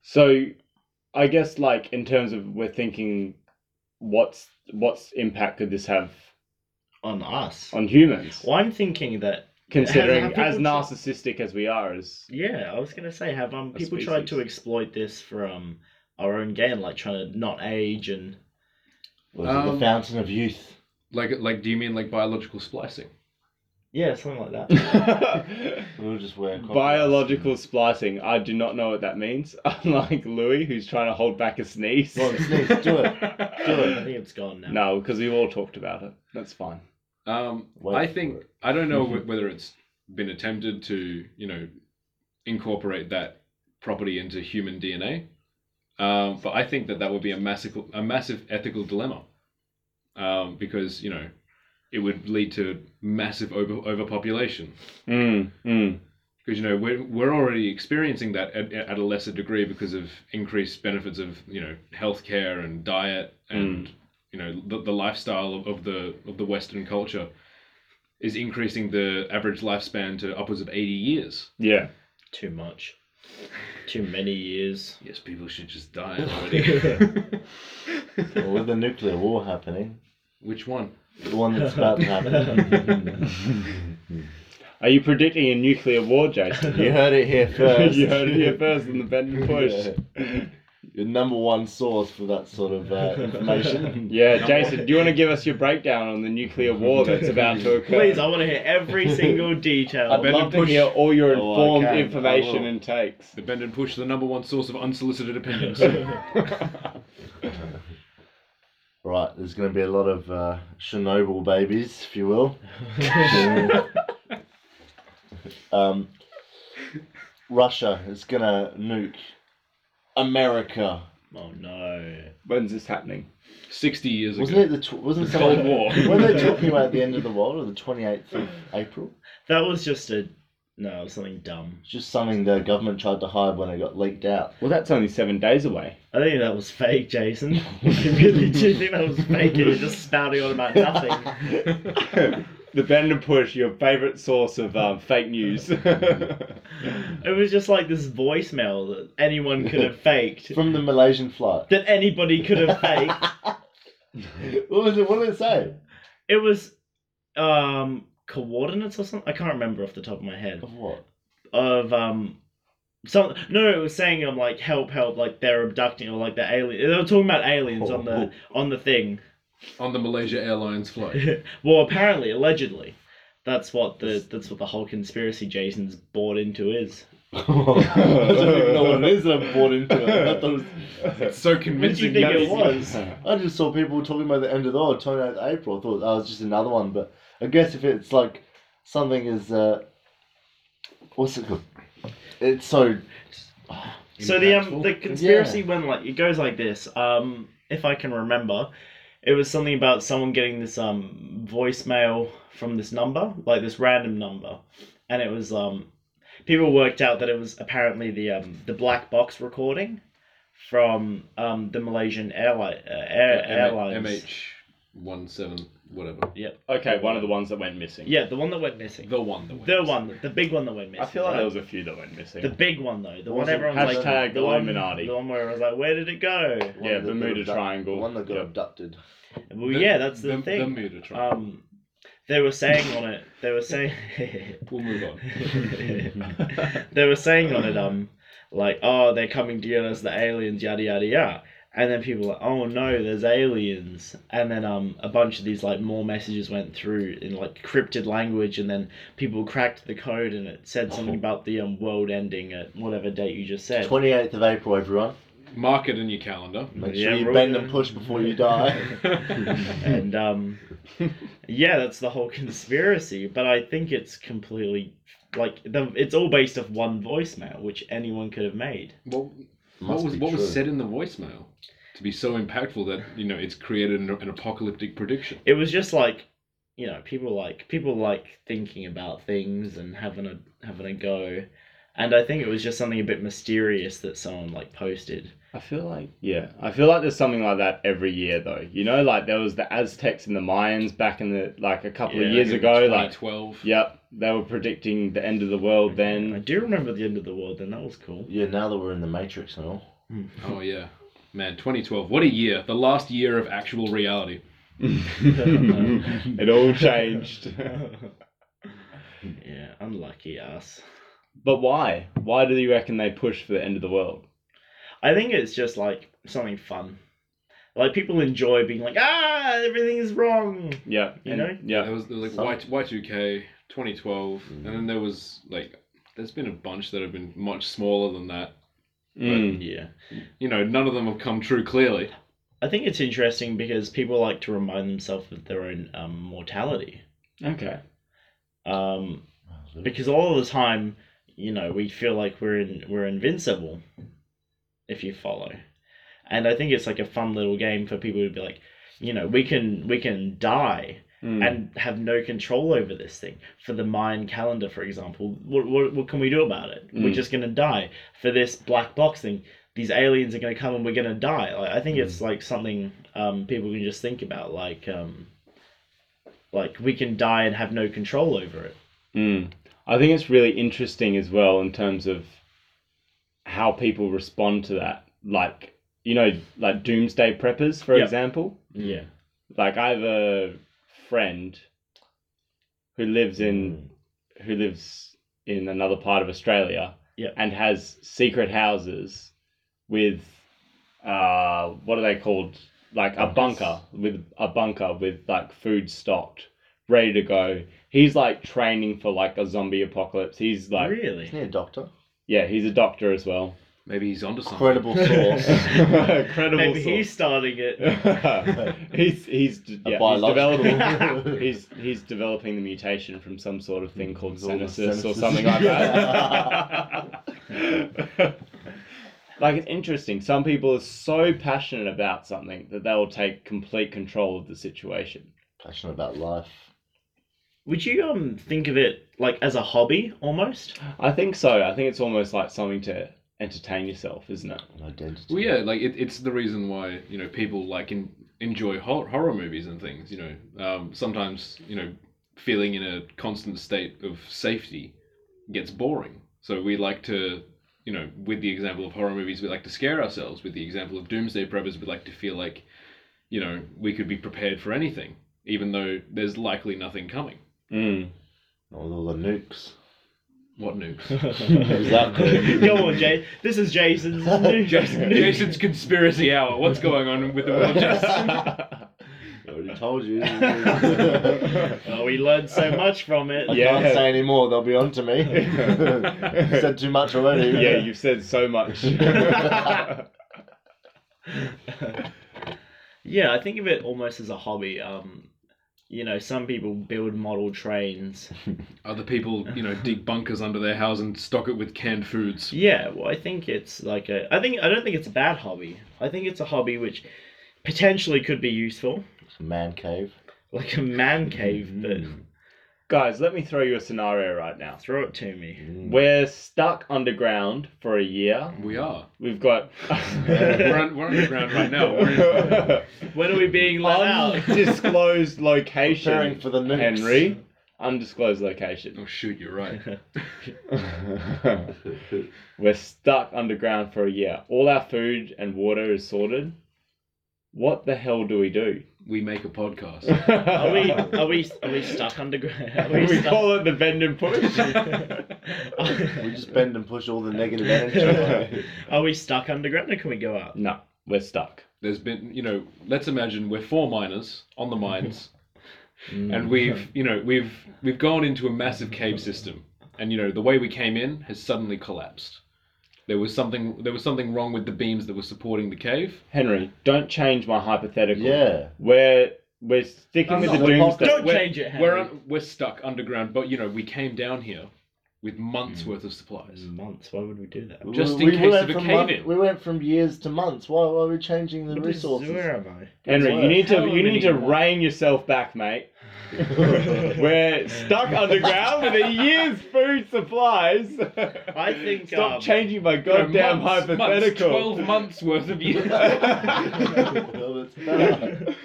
Speaker 3: So I guess like in terms of we're thinking what's what's impact could this have
Speaker 2: On us.
Speaker 3: on humans?
Speaker 2: Well, I'm thinking that,
Speaker 3: Considering
Speaker 2: Have- have
Speaker 3: as
Speaker 2: people-
Speaker 3: narcissistic as we are as
Speaker 2: yeah, I was going to say, have um,
Speaker 3: A
Speaker 2: people tried to
Speaker 3: species.
Speaker 2: exploit this from our own gain, like trying to not age and
Speaker 1: Was it
Speaker 4: Um,
Speaker 1: the fountain of youth?
Speaker 4: Like, like, do you mean like biological splicing?
Speaker 2: Yeah, something like that.
Speaker 1: We were just wearing. cocktails.
Speaker 3: Biological splicing. I do not know what that means. Unlike Louis, who's trying to hold back a sneeze.
Speaker 1: Go on, sneeze, do it.
Speaker 2: I think it's gone now.
Speaker 3: No, because we've all talked about it. That's fine.
Speaker 4: Um,
Speaker 1: Wait
Speaker 4: I
Speaker 1: for
Speaker 4: think
Speaker 1: it.
Speaker 4: I don't know wh- whether it's been attempted to, you know, incorporate that property into human DNA, um, but I think that that would be a massive, a massive ethical dilemma, um, because you know, it would lead to massive over overpopulation.
Speaker 3: Mm, mm.
Speaker 4: Because you know we're we're already experiencing that at, at a lesser degree because of increased benefits of you know healthcare and diet and you know the, the lifestyle of, of the of the Western culture is increasing the average lifespan to upwards of eighty years.
Speaker 3: Yeah.
Speaker 2: Too much. Too many years.
Speaker 4: Yes, people should just die already.
Speaker 1: Well, with the nuclear war happening,
Speaker 4: Which one?
Speaker 1: the one that's about to happen.
Speaker 3: Are you predicting a nuclear war, Jason?
Speaker 1: you heard it here first.
Speaker 3: you heard it here first on the Bend and Push.
Speaker 1: Your number one source for that sort of uh, information.
Speaker 3: Yeah,
Speaker 4: Number-
Speaker 3: Jason, do you want to give us your breakdown on the nuclear war that's about to occur?
Speaker 2: Please, I want to hear every single detail.
Speaker 3: I'd
Speaker 4: Bend
Speaker 3: love
Speaker 4: and
Speaker 3: to
Speaker 4: Push.
Speaker 3: hear all your
Speaker 1: Oh, I
Speaker 3: informed
Speaker 1: can, I
Speaker 3: information
Speaker 1: will.
Speaker 3: and takes.
Speaker 4: The Bend and Push, the number one source of unsolicited opinions.
Speaker 1: Right, there's going to be a lot of uh, Chernobyl babies, if you will. Chernobyl. um, Russia is going to nuke America.
Speaker 2: Oh no.
Speaker 3: When's this happening?
Speaker 4: Sixty years
Speaker 1: Wasn't
Speaker 4: ago.
Speaker 1: it the tw- wasn't
Speaker 4: Cold
Speaker 1: someone-
Speaker 4: War.
Speaker 1: Were they talking about the end of the world or the 28th of April?
Speaker 2: That was just a. No, it was something dumb.
Speaker 1: It's just something the government tried to hide when it got leaked out.
Speaker 3: Well, that's only seven days away.
Speaker 2: I think that was fake, Jason. I really do think that was fake. You were just spouting on about nothing.
Speaker 3: the Bend and Push, your favourite source of um, fake news.
Speaker 2: It was just like this voicemail that anyone could have faked.
Speaker 1: From the Malaysian flight.
Speaker 2: That anybody could have faked.
Speaker 1: What was it? What did it say?
Speaker 2: It was um coordinates or something. I can't remember off the top of my head.
Speaker 1: Of what?
Speaker 2: Of um some no, it was saying um like help help like they're abducting or like the alien. They were talking about aliens on the on the thing.
Speaker 4: On the Malaysia Airlines flight.
Speaker 2: well, apparently, allegedly, that's what the that's what the whole conspiracy Jason's bought into is.
Speaker 1: I don't even know what it is that I'm bought into. It. I, thought it was,
Speaker 4: It's so
Speaker 2: What do you
Speaker 4: convincing.
Speaker 2: think
Speaker 4: that
Speaker 2: it
Speaker 4: it's-
Speaker 2: was?
Speaker 1: I just saw people talking about the end of the world, 28th April. I thought that was just another one, but I guess if it's like something is. Uh, what's it called? It's so.
Speaker 2: So the um
Speaker 4: Impactful.
Speaker 2: the conspiracy went like it goes like this. Um, if I can remember, it was something about someone getting this um voicemail from this number, like this random number, and it was um people worked out that it was apparently the um the black box recording from um the Malaysian airline uh, air, airlines.
Speaker 4: MH one seven whatever.
Speaker 3: okay, one of the ones that went missing.
Speaker 2: Yeah, the one that went missing.
Speaker 4: The one. The, one.
Speaker 2: The one, the big one that went missing.
Speaker 3: I feel like
Speaker 2: right?
Speaker 3: there was a few that went missing.
Speaker 2: the big one though, the one
Speaker 1: What was it?
Speaker 2: everyone was like
Speaker 3: Hashtag
Speaker 2: the one,
Speaker 3: Illuminati.
Speaker 2: the one where I was like, where did it go?
Speaker 1: one
Speaker 3: Yeah,
Speaker 1: that got
Speaker 3: Bermuda
Speaker 1: abduct-
Speaker 3: Triangle.
Speaker 1: The one that got
Speaker 3: Yeah.
Speaker 1: abducted.
Speaker 2: Well, yeah, that's the, thing.
Speaker 4: Bermuda Triangle.
Speaker 2: um, they were saying on it. They were saying.
Speaker 4: we'll move on.
Speaker 2: they were saying on it. Um, like, oh, they're coming to get us, the aliens, yada yada yada. And then people were like, oh no, there's aliens. And then um, a bunch of these like more messages went through in like cryptid language, and then people cracked the code, and it said something about the um world ending at whatever date you just said.
Speaker 1: 28th of April, everyone.
Speaker 4: Mark it in your calendar.
Speaker 1: Make
Speaker 2: Yeah,
Speaker 1: sure you
Speaker 2: we're all
Speaker 1: bend
Speaker 2: gonna-
Speaker 1: and push before you die.
Speaker 2: and um, yeah, that's the whole conspiracy. But I think it's completely like the, it's all based off one voicemail, which anyone could have made.
Speaker 4: what what
Speaker 1: Must
Speaker 4: was
Speaker 1: be
Speaker 4: what
Speaker 1: true.
Speaker 4: was said in the voicemail to be so impactful that you know it's created an, an apocalyptic prediction?
Speaker 2: It was just like, you know, people like people like thinking about things and having a having a go. And I think it was just something a bit mysterious that someone like posted.
Speaker 3: I feel like yeah, I feel like there's something like that every year though. You know, like there was the Aztecs and the Mayans back in the like a couple
Speaker 2: Yeah,
Speaker 3: of years ago. Like,
Speaker 4: twelve.
Speaker 3: yep, they were predicting the end of the world
Speaker 2: I
Speaker 3: then.
Speaker 2: do remember the end of the world, then that was cool.
Speaker 1: yeah, now that we're in the Matrix and all.
Speaker 4: Oh yeah, man, twenty twelve. What a year! The last year of actual reality.
Speaker 3: it all changed.
Speaker 2: Yeah, unlucky us.
Speaker 3: but why? Why do you reckon they push for the end of the world?
Speaker 2: I think it's just like something fun. Like people enjoy being like, ah, everything is wrong.
Speaker 3: Yeah.
Speaker 2: You
Speaker 3: and-
Speaker 2: know?
Speaker 4: There
Speaker 3: Yeah.
Speaker 4: was, there was
Speaker 1: Some-
Speaker 4: like Y two K, twenty twelve, and then there was like there's been a bunch that have been much smaller than that.
Speaker 3: Mm.
Speaker 2: Yeah.
Speaker 4: You know, none of them have come true clearly.
Speaker 2: I think it's interesting because people like to remind themselves of their own um, mortality.
Speaker 3: Okay.
Speaker 2: Um, because all the time, you know, we feel like we're in we're invincible if you follow. And I think it's like a fun little game for people to be like, you know, we can we can die
Speaker 3: Mm.
Speaker 2: and have no control over this thing. For the Mayan calendar, for example, what what, what can we do about it? We're
Speaker 3: Mm.
Speaker 2: just gonna die. For this black box thing, these aliens are gonna come and we're gonna die. Like, I think it's like something um, people can just think about, like um, like we can die and have no control over it.
Speaker 3: Mm. I think it's really interesting as well in terms of how people respond to that. Like, you know, like doomsday preppers, for
Speaker 2: Yeah.
Speaker 3: example.
Speaker 2: Yeah.
Speaker 3: Like, I have a friend who lives in who lives in another part of Australia
Speaker 2: Yeah.
Speaker 3: and has secret houses with uh what are they called? Like a
Speaker 1: Bunkers.
Speaker 3: bunker with a bunker with like food stocked, ready to go. He's like training for like a zombie apocalypse. He's like
Speaker 1: Isn't
Speaker 2: really?
Speaker 1: he a doctor?
Speaker 3: yeah, he's a doctor as well.
Speaker 4: Maybe he's onto something.
Speaker 1: Credible source.
Speaker 3: Incredible.
Speaker 2: Maybe
Speaker 3: source.
Speaker 2: he's starting it.
Speaker 3: he's he's d-
Speaker 1: A
Speaker 3: yeah, he's
Speaker 1: biological-
Speaker 3: developing he's he's developing the mutation from some sort of thing called
Speaker 1: Called the
Speaker 3: senesis or
Speaker 1: senescence.
Speaker 3: something like that. like it's interesting. Some people are so passionate about something that they will take complete control of the situation.
Speaker 1: Passionate about life.
Speaker 2: Would you um think of it like as a hobby almost?
Speaker 3: I think so. I think it's almost like something to entertain yourself, isn't it?
Speaker 1: and Identity.
Speaker 4: Well, yeah, like it, it's the reason why you know people like in, enjoy hor- horror movies and things. You know, um, sometimes you know feeling in a constant state of safety gets boring. So we like to, you know, with the example of horror movies, we like to scare ourselves. With the example of doomsday preppers, we like to feel like, you know, we could be prepared for anything, even though there's likely nothing coming.
Speaker 3: Mm.
Speaker 1: Not with all the nukes.
Speaker 4: What nukes?
Speaker 1: Exactly.
Speaker 2: Go on, Jay. This is Jason's. new-
Speaker 4: Jason, Jason's conspiracy hour. What's going on with the world? Jason?
Speaker 1: I already told you.
Speaker 2: Oh, we learned so much from it.
Speaker 1: I
Speaker 3: Yeah.
Speaker 1: can't say any more. They'll be on to me. Said too much already.
Speaker 3: yeah, you've said so much.
Speaker 2: Yeah, I think of it almost as a hobby. Um, you know, some people build model trains.
Speaker 4: Other people, you know, dig bunkers under their house and stock it with canned foods.
Speaker 2: Yeah, well, I think it's like a. I think I don't think it's a bad hobby. I think it's a hobby which potentially could be useful,
Speaker 1: Man cave.
Speaker 2: like a man cave. But
Speaker 3: Guys, let me throw you a scenario right now.
Speaker 2: throw it to me.
Speaker 3: We're stuck underground for a year.
Speaker 4: We are.
Speaker 3: We've got
Speaker 4: We're, on, we're underground right now. We're in,
Speaker 2: When are we being let out?
Speaker 3: undisclosed
Speaker 1: Preparing
Speaker 3: location.
Speaker 1: for the nukes.
Speaker 3: Henry, undisclosed location.
Speaker 4: oh shoot, you're right.
Speaker 3: We're stuck underground for a year. All our food and water is sorted. What the hell do we do?
Speaker 4: We make a podcast.
Speaker 2: Are we are we are we stuck underground? Are we,
Speaker 3: we
Speaker 2: stuck?
Speaker 3: call it the bend and push.
Speaker 1: We just bend and push all the negative energy away.
Speaker 2: are we stuck underground or can we go out?
Speaker 3: no, we're stuck.
Speaker 4: There's been, you know, let's imagine we're four miners on the mines,
Speaker 2: Mm.
Speaker 4: and we've, you know, we've we've gone into a massive cave system, and you know the way we came in has suddenly collapsed. There was something there was something wrong with the beams that were supporting the cave.
Speaker 3: Henry, don't change my hypothetical.
Speaker 1: Yeah.
Speaker 3: We're we're sticking
Speaker 1: I'm
Speaker 3: with
Speaker 1: not-
Speaker 3: the
Speaker 1: we're not-
Speaker 3: doomsday.
Speaker 2: Don't
Speaker 4: We're-
Speaker 2: change it, Henry.
Speaker 4: We're un- we're stuck underground, but you know we came down here with months
Speaker 2: Mm.
Speaker 4: worth of supplies.
Speaker 2: Months. Why would we do that?
Speaker 4: Just in
Speaker 1: we,
Speaker 4: case
Speaker 1: we
Speaker 4: of
Speaker 1: went
Speaker 4: a
Speaker 1: from
Speaker 4: cave-in.
Speaker 1: month- We went from years to months. Why, why are we changing the
Speaker 2: What a
Speaker 1: resources?
Speaker 2: Where am
Speaker 3: Henry, you need to
Speaker 2: Hell of
Speaker 3: you
Speaker 2: an
Speaker 3: need to
Speaker 2: enigma.
Speaker 3: rein yourself back, mate. We're stuck underground with a year's food supplies.
Speaker 2: I? I think.
Speaker 3: Stop
Speaker 2: um,
Speaker 3: changing my
Speaker 4: You know,
Speaker 3: goddamn
Speaker 4: months- months,
Speaker 3: hypothetical.
Speaker 4: Twelve months worth of years.
Speaker 1: well, it's better.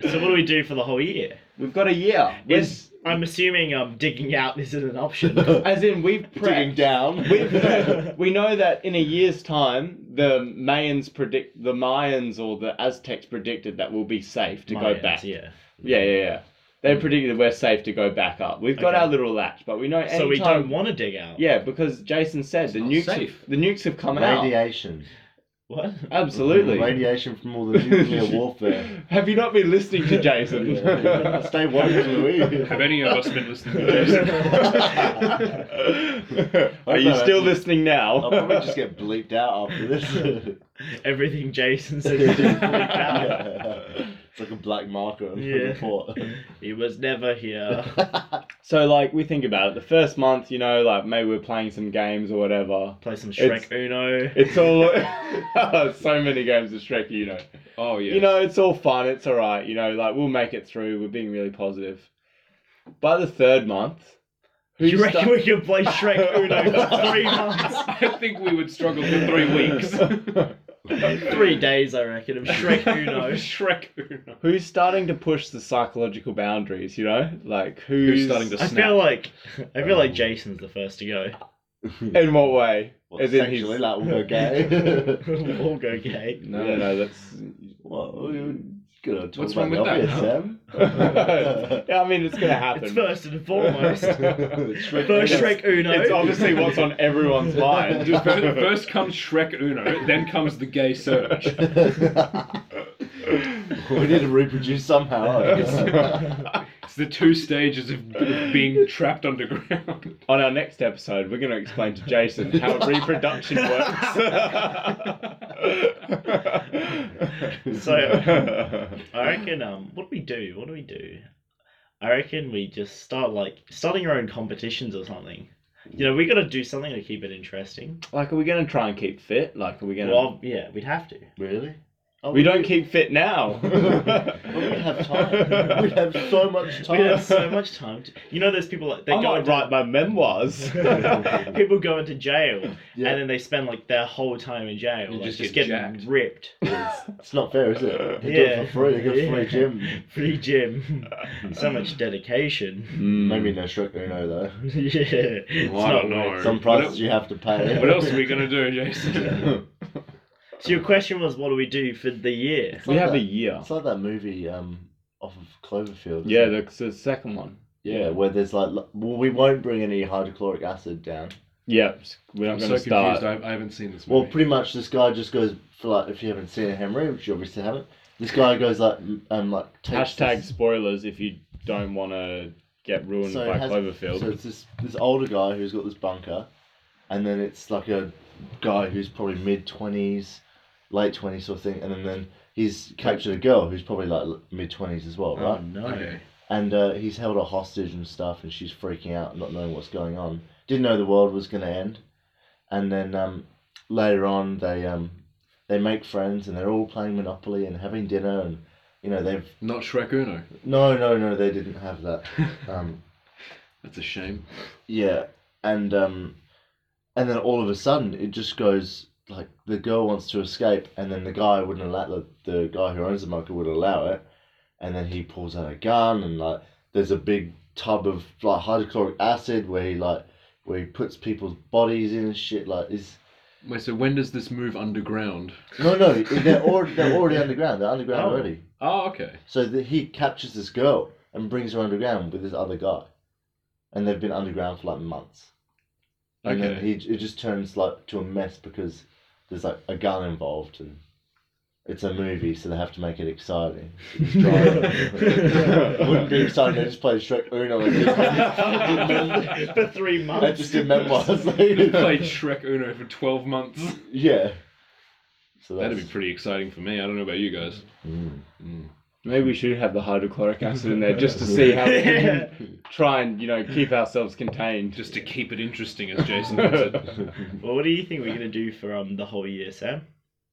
Speaker 2: So what do we do for the whole year?
Speaker 3: We've got a year. We're
Speaker 2: Is I'm assuming um digging out isn't an option.
Speaker 3: s- as in we've prepped.
Speaker 1: Digging down.
Speaker 3: We've, no, we know that in a year's time, the Mayans predict the Mayans or the Aztecs predicted that we'll be safe to
Speaker 2: Mayans,
Speaker 3: go back.
Speaker 2: Yeah.
Speaker 3: Yeah, yeah, yeah. They predicted we're safe to go back up. We've got
Speaker 2: Okay.
Speaker 3: our little latch, but we know anytime.
Speaker 2: So we don't want to dig out.
Speaker 3: Yeah, because Jason said the
Speaker 4: not
Speaker 3: nukes.
Speaker 4: safe.
Speaker 3: The nukes have come out.
Speaker 1: Radiation.
Speaker 2: What?
Speaker 3: Absolutely.
Speaker 1: Radiation from all the nuclear warfare.
Speaker 3: Have you not been listening to Jason?
Speaker 1: Stay watching Louise.
Speaker 4: Have any of us been listening to this?
Speaker 3: Are you still listening now?
Speaker 1: I'll probably just get bleeped out after this.
Speaker 2: Everything Jason said he did freaked out.
Speaker 1: it's like a black marker on
Speaker 2: Yeah.
Speaker 1: the report.
Speaker 2: He was never here.
Speaker 3: So like we think about it, the first month, you know, like maybe we're playing some games or whatever.
Speaker 2: Play some Shrek
Speaker 3: It's-
Speaker 2: Uno.
Speaker 3: It's all so many games of Shrek, you know.
Speaker 4: Oh yeah.
Speaker 3: You know, it's all fun, it's all right, you know, like we'll make it through. We're being really positive. By the third month, who
Speaker 2: you reckon
Speaker 3: sta-
Speaker 2: we can play Shrek Uno for three months?
Speaker 4: I think we would struggle for three weeks.
Speaker 2: Three days, I reckon, of Shrek Uno.
Speaker 4: Shrek Uno.
Speaker 3: who's starting to push the psychological boundaries, you know? Like who's,
Speaker 4: Who's starting to
Speaker 2: I
Speaker 4: Snap.
Speaker 2: feel like I feel
Speaker 3: Um.
Speaker 2: like Jason's the first to go.
Speaker 3: In what way?
Speaker 1: What,
Speaker 3: As in he's-
Speaker 1: sexually, like we're gay.
Speaker 2: We'll all go gay.
Speaker 3: No, no, no, that's
Speaker 1: what? We're gonna talk
Speaker 4: What's
Speaker 1: about
Speaker 4: wrong
Speaker 1: the
Speaker 4: with that?
Speaker 1: obvious, Sam.
Speaker 3: yeah, I mean, it's gonna happen.
Speaker 2: It's first and foremost.
Speaker 1: Shrek
Speaker 2: First
Speaker 1: Uno.
Speaker 2: Shrek Uno.
Speaker 3: It's obviously what's on everyone's mind.
Speaker 4: Just first, first comes Shrek Uno, then comes the gay surge.
Speaker 1: we need to reproduce somehow. I guess.
Speaker 4: It's the two stages of of being trapped underground.
Speaker 3: On our next episode, we're going to explain to Jason how reproduction works.
Speaker 2: So- I reckon. Um, what do we do? What do we do? I reckon we just start like starting our own competitions or something. You know, we got to do something to keep it interesting.
Speaker 3: like, are we going to try and keep fit? Like, are we going to?
Speaker 2: Well, yeah, we'd have to.
Speaker 1: really? Oh,
Speaker 3: we don't keep fit now.
Speaker 1: We would have time. We'd have so much
Speaker 2: We
Speaker 1: time.
Speaker 2: have so much time. To, you know, those people like they
Speaker 3: I
Speaker 2: go
Speaker 3: might
Speaker 2: into,
Speaker 3: write my memoirs. Hmm.
Speaker 2: people go into jail
Speaker 1: Yeah.
Speaker 2: and then they spend like their whole time in jail,
Speaker 4: You
Speaker 2: like,
Speaker 4: just
Speaker 2: just,
Speaker 4: get
Speaker 2: getting
Speaker 4: jacked.
Speaker 2: ripped.
Speaker 1: It's not fair, is it? They do
Speaker 2: Yeah.
Speaker 1: it for free. They give
Speaker 2: Yeah.
Speaker 1: free gym.
Speaker 2: Free gym, so much dedication.
Speaker 1: Maybe no Shrek Uno though.
Speaker 2: yeah, it's
Speaker 4: Well, I don't know.
Speaker 2: worth it.
Speaker 1: Some
Speaker 4: What
Speaker 1: prices
Speaker 4: el-
Speaker 1: you have to pay.
Speaker 4: What else are we gonna do, Jason?
Speaker 2: So your question was, what do we do for the year?
Speaker 1: It's
Speaker 3: we
Speaker 1: like
Speaker 3: have a
Speaker 1: that-
Speaker 3: year.
Speaker 1: It's like that movie um off of Cloverfield. isn't
Speaker 3: Yeah,
Speaker 1: it?
Speaker 3: the, the second one.
Speaker 1: yeah, where there's like, l- well, we won't bring any hydrochloric acid down.
Speaker 3: Yeah, we're not
Speaker 4: I'm
Speaker 3: going
Speaker 4: so
Speaker 3: to start.
Speaker 4: confused. I, I haven't seen this
Speaker 1: Well,
Speaker 4: movie.
Speaker 1: pretty much this guy just goes for like if you haven't seen a hemorrhage, which you obviously haven't. This guy goes like m- and like takes
Speaker 3: Hashtag
Speaker 1: this-
Speaker 3: spoilers if you don't want to get ruined
Speaker 1: So it
Speaker 3: by
Speaker 1: has-
Speaker 3: Cloverfield.
Speaker 1: So it's this this older guy who's got this bunker, and then it's like a guy who's probably mid twenties, late twenties sort of thing, and then, then he's captured a girl who's probably like mid twenties as well,
Speaker 2: Oh
Speaker 1: right?
Speaker 2: no.
Speaker 4: Okay.
Speaker 1: And uh, he's held her hostage and stuff, and she's freaking out, not knowing what's going on. Didn't know the world was gonna end, and then um, later on they um, they make friends and they're all playing Monopoly and having dinner and. You know they've
Speaker 4: Not Shrek Uno.
Speaker 1: no no no they didn't have that. Um,
Speaker 4: That's a shame.
Speaker 1: yeah, and um, and then all of a sudden it just goes like the girl wants to escape, and then the guy wouldn't allow the, the guy who owns the bunker would allow it, and then he pulls out a gun and like there's a big tub of like hydrochloric acid where he like where he puts people's bodies in and shit like is
Speaker 4: Wait, so when does this move underground?
Speaker 1: no no they're already they're already underground they're underground
Speaker 2: Oh.
Speaker 1: already
Speaker 4: Oh, okay.
Speaker 1: so that he captures this girl and brings her underground with this other guy, and they've been underground for like months. And
Speaker 4: Okay.
Speaker 1: then he it just turns like to a mess because there's like a gun involved and it's a movie, so they have to make it exciting. It's dry. Wouldn't be exciting. They just play Shrek Uno and just,
Speaker 2: for three
Speaker 1: they
Speaker 2: months.
Speaker 1: just did memoirs.
Speaker 4: We've played Shrek Uno for 12 months.
Speaker 1: yeah. So
Speaker 4: That'd be
Speaker 1: that's-
Speaker 4: pretty exciting for me. I don't know about you guys.
Speaker 1: Mm.
Speaker 3: Maybe we should have the hydrochloric acid in there just to see how we
Speaker 2: Yeah.
Speaker 3: can try and you know keep ourselves contained. Hmm,
Speaker 4: Just to keep it interesting, as Jason puts it.
Speaker 2: Well, what do you think we're gonna do for um the whole year, Sam?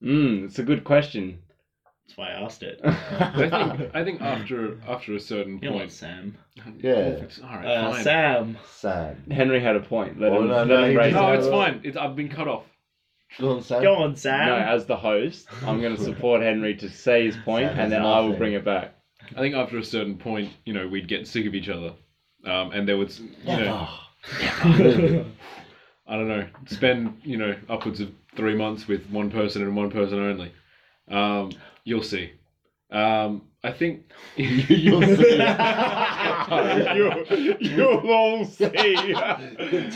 Speaker 3: Mm, it's a good question.
Speaker 2: That's why I asked it.
Speaker 4: I think, I think after after a certain
Speaker 2: You know what,
Speaker 4: point.
Speaker 2: Sam?
Speaker 1: Yeah.
Speaker 4: It's- All right,
Speaker 2: Uh,
Speaker 4: fine.
Speaker 2: Sam.
Speaker 1: Sam.
Speaker 3: Henry had a point. Let
Speaker 1: Oh,
Speaker 3: him,
Speaker 1: no,
Speaker 3: let
Speaker 1: no,
Speaker 3: him
Speaker 1: he
Speaker 3: raise
Speaker 1: just-
Speaker 4: No,
Speaker 3: it.
Speaker 4: it's fine. It's, I've been cut off.
Speaker 1: Go on, Sam.
Speaker 2: Go on,
Speaker 3: No,
Speaker 2: Sam.
Speaker 3: as the host, I'm going to support Henry to say his point,
Speaker 1: Sam
Speaker 3: and
Speaker 1: has
Speaker 3: then I will
Speaker 1: nothing.
Speaker 3: bring it back.
Speaker 4: I think after a certain point, you know, we'd get sick of each other. Um, and there would, you know, I don't know, spend, you know, upwards of three months with one person and one person only. Um, you'll see. Um, I think
Speaker 1: You'll see.
Speaker 3: you'll, you'll all see.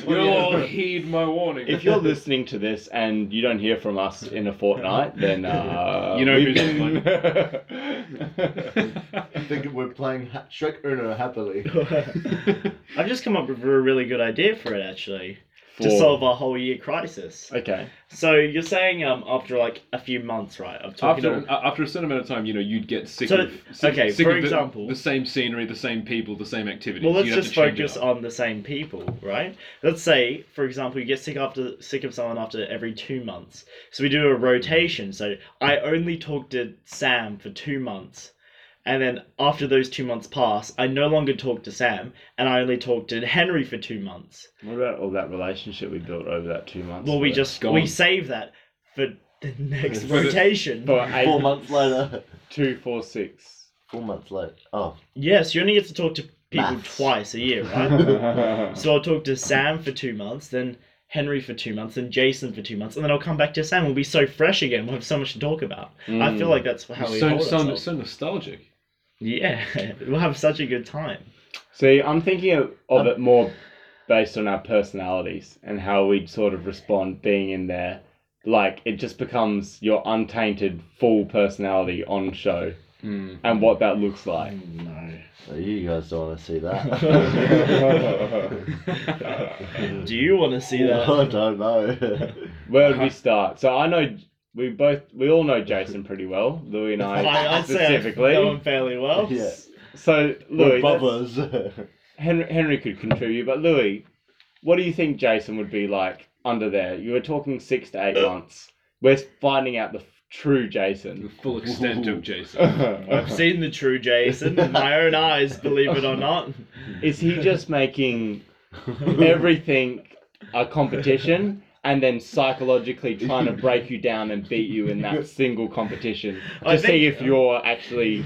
Speaker 4: you'll all heed my warning.
Speaker 3: if you're listening to this and you don't hear from us in a fortnight, then uh,
Speaker 4: You know
Speaker 3: we've
Speaker 4: who's
Speaker 3: been-
Speaker 1: I think we're playing ha- Shrek Uno happily.
Speaker 2: I've just come up with a really good idea for it actually to
Speaker 3: For-
Speaker 2: solve our whole year crisis.
Speaker 3: Okay.
Speaker 2: So you're saying um after like a few months, right? I'm talking.
Speaker 4: after
Speaker 2: After,
Speaker 4: a- after a certain amount of time, you know, you'd get sick
Speaker 2: So,
Speaker 4: of sick,
Speaker 2: okay,
Speaker 4: sick
Speaker 2: for
Speaker 4: of the-
Speaker 2: example-
Speaker 4: the, same scenery, the same people, the same activities.
Speaker 2: well, let's
Speaker 4: You'd have to
Speaker 2: just
Speaker 4: change it
Speaker 2: focus
Speaker 4: up.
Speaker 2: on the same people, right? Let's say, for example, you get sick after sick of someone after every two months. So we do a rotation. So I only talk to Sam for two months, and then after those two months pass, I no longer talk to Sam, and I only talk to Henry for two months.
Speaker 3: What about all that relationship we built over that two months?
Speaker 2: Well, we
Speaker 3: ago?
Speaker 2: just
Speaker 4: gone.
Speaker 2: we save that for the next
Speaker 1: For the-
Speaker 2: rotation.
Speaker 3: For eight,
Speaker 1: Four months later.
Speaker 3: two, four, six.
Speaker 1: Four months later. Oh,
Speaker 2: Yes, you only get to talk to people
Speaker 1: Maths.
Speaker 2: twice a year, right?
Speaker 3: so
Speaker 2: so I'll talk to Sam for two months, then Henry for two months, then Jason for two months, and then I'll come back to Sam. We'll be so fresh again. We'll have so much to talk about. I feel like that's how we
Speaker 4: so,
Speaker 2: hold
Speaker 4: so,
Speaker 2: ourselves.
Speaker 4: so nostalgic.
Speaker 2: Yeah, we'll have such a good time.
Speaker 3: See, I'm thinking of, of it more based on our personalities and how we sort of respond being in there. Like it just becomes your untainted full personality on show
Speaker 2: Hmm.
Speaker 3: and what that looks like.
Speaker 2: No.
Speaker 1: well, you guys don't want to see that.
Speaker 2: Do you want to see that?
Speaker 1: I don't know.
Speaker 3: Where would we start? So I know we both we all know Jason pretty well, Louis and I,
Speaker 2: I, um, I'd say I
Speaker 3: specifically.
Speaker 2: know him fairly well.
Speaker 1: Yeah.
Speaker 3: So
Speaker 1: We're
Speaker 3: Louis, that's-
Speaker 1: bubbers.
Speaker 3: Henry, Henry could contribute, but Louis, what do you think Jason would be like under there? You were talking six to
Speaker 2: Uh.
Speaker 3: eight months. We're finding out the f- true
Speaker 4: The
Speaker 3: Jason.
Speaker 4: full extent of Jason.
Speaker 2: I've
Speaker 3: Is
Speaker 2: seen the true Jason in my own eyes, believe it or not.
Speaker 3: he just making everything a competition and then psychologically trying to break you down and beat you in that single competition
Speaker 2: I
Speaker 3: to see
Speaker 2: think-
Speaker 3: if you're actually,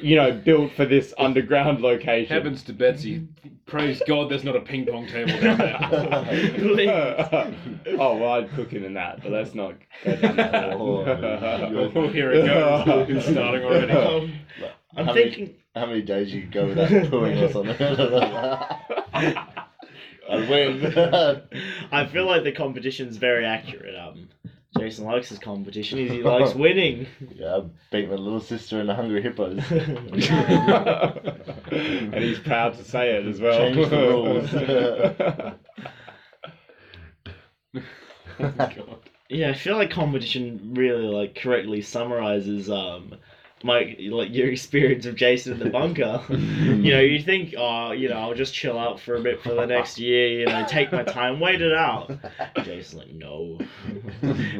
Speaker 3: you know, built for this underground location?
Speaker 4: Heavens to Betsy. Praise God there's not a ping pong table down there.
Speaker 2: Please.
Speaker 3: oh, well, I'd cook him in that, but let's not go down that
Speaker 1: Oh,
Speaker 3: road.
Speaker 4: oh, here it goes. It's starting already.
Speaker 2: Um, I'm
Speaker 1: How many-
Speaker 2: thinking.
Speaker 1: How many days you go without pooing or something? I don't know. I win.
Speaker 2: I feel like the competition's very accurate. Um, Jason likes his competition. He likes winning.
Speaker 1: yeah, I beat my little sister and the hungry hippos.
Speaker 3: and he's proud to say it as well.
Speaker 1: Change the
Speaker 4: Oh, God.
Speaker 2: yeah, I feel like competition really like correctly summarizes um my like your experience of Jason in the bunker. you know, you think, oh, you know, I'll just chill out for a bit for the next year. You know, take my time, wait it out. Jason's like, no,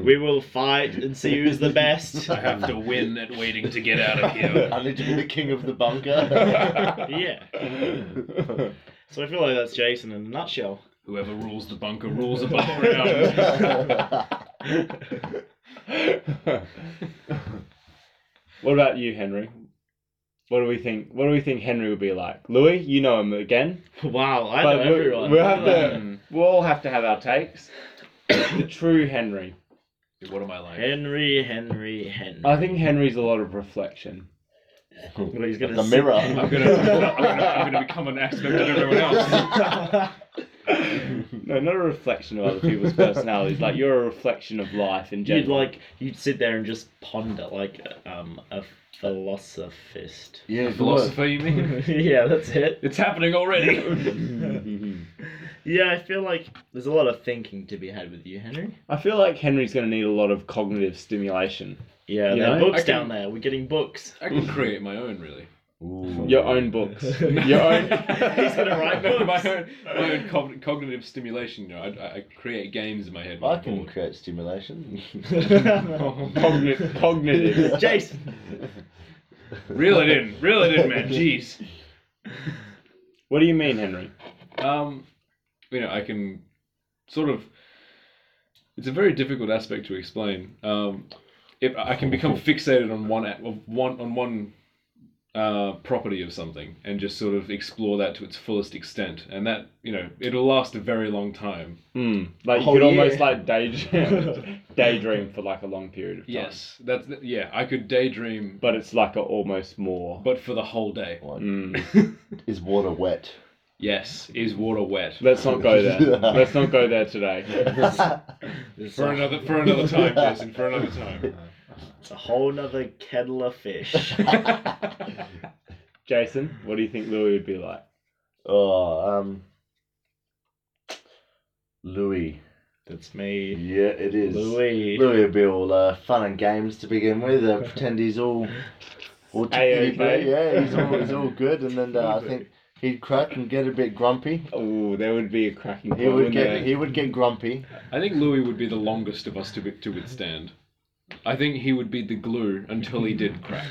Speaker 2: we will fight and see who's the best.
Speaker 4: I have to win at waiting to get out of here.
Speaker 1: I need to be the king of the bunker.
Speaker 2: Yeah. So I feel like that's Jason in a nutshell.
Speaker 4: Whoever rules the bunker rules above ground.
Speaker 3: what about you, Henry? What do we think? What do we think Henry would be like? Louis, you know him again.
Speaker 2: Wow, I know
Speaker 3: But we-
Speaker 2: everyone.
Speaker 3: We'll have to.
Speaker 4: Mm.
Speaker 3: We'll all have to have our takes. the true Henry.
Speaker 4: What am I like?
Speaker 2: Henry, Henry, Henry.
Speaker 3: I think Henry's a lot of reflection.
Speaker 2: Well, he's gonna
Speaker 1: the
Speaker 2: sit-
Speaker 1: mirror.
Speaker 4: I'm gonna, I'm gonna, I'm gonna become an accident to everyone else.
Speaker 3: no, not a reflection of other people's personalities. Like you're a reflection of life in
Speaker 2: You'd
Speaker 3: general.
Speaker 2: like you'd sit there and just ponder like um a philosophist.
Speaker 1: yeah, philosophy.
Speaker 4: Philosopher, you mean?
Speaker 2: yeah, that's it.
Speaker 4: It's happening already.
Speaker 2: Yeah, I feel like there's a lot of thinking to be had with you, Henry.
Speaker 3: I feel like Henry's going to need a lot of cognitive stimulation.
Speaker 2: Yeah,
Speaker 3: You
Speaker 2: there are
Speaker 3: know,
Speaker 2: books
Speaker 4: I can-
Speaker 2: down there. We're getting books.
Speaker 4: I can create my own, really.
Speaker 3: Your own books. Your
Speaker 2: He's
Speaker 3: own.
Speaker 2: gonna write
Speaker 4: No, my
Speaker 2: books.
Speaker 4: own, my own cog- cognitive stimulation. You know, I, I- I create games in my head. when
Speaker 1: I
Speaker 4: I'm
Speaker 1: can
Speaker 4: bored.
Speaker 1: create stimulation.
Speaker 3: Cognitive. Cognitive.
Speaker 2: Jason,
Speaker 4: Reel it in. Reel it in, man. Jeez.
Speaker 3: What do you mean, Henry?
Speaker 4: Um, you know, I can sort of. It's a very difficult aspect to explain. Um, if I can become fixated on one a- of one on one uh, property of something and just sort of explore that to its fullest extent. And that, you know, it'll last a very long time.
Speaker 3: Mm. Like you
Speaker 1: Whole
Speaker 3: could almost
Speaker 1: year.
Speaker 3: like daydream, daydream for like a long period of time.
Speaker 4: That's, th- yeah, I could daydream,
Speaker 3: But it's like a almost more.
Speaker 4: but for the whole day.
Speaker 1: Like,
Speaker 3: Mm.
Speaker 1: Is water wet?
Speaker 4: Yes. Is water wet?
Speaker 3: Let's not go there. Let's not go there today.
Speaker 2: It's
Speaker 4: For
Speaker 2: a-
Speaker 4: another, for another time, Jason, for another time.
Speaker 2: It's a whole nother kettle of fish.
Speaker 3: Jason, what do you think Louis would be like?
Speaker 1: oh, um, Louis.
Speaker 2: That's me.
Speaker 1: Yeah, it is.
Speaker 2: Louis.
Speaker 1: Louis will be all uh, fun and games to begin with. Uh, pretend he's all, all
Speaker 3: A-OK.
Speaker 1: tickety-boo. Yeah, he's all, he's all good, and then uh, I think he'd crack and get a bit grumpy.
Speaker 3: Oh, there would be a cracking.
Speaker 1: He
Speaker 3: point,
Speaker 1: would
Speaker 3: wouldn't
Speaker 1: get
Speaker 3: there?
Speaker 1: he would get grumpy.
Speaker 4: I think Louis would be the longest of us to, wi- to withstand. I think he would be the glue until he did crack.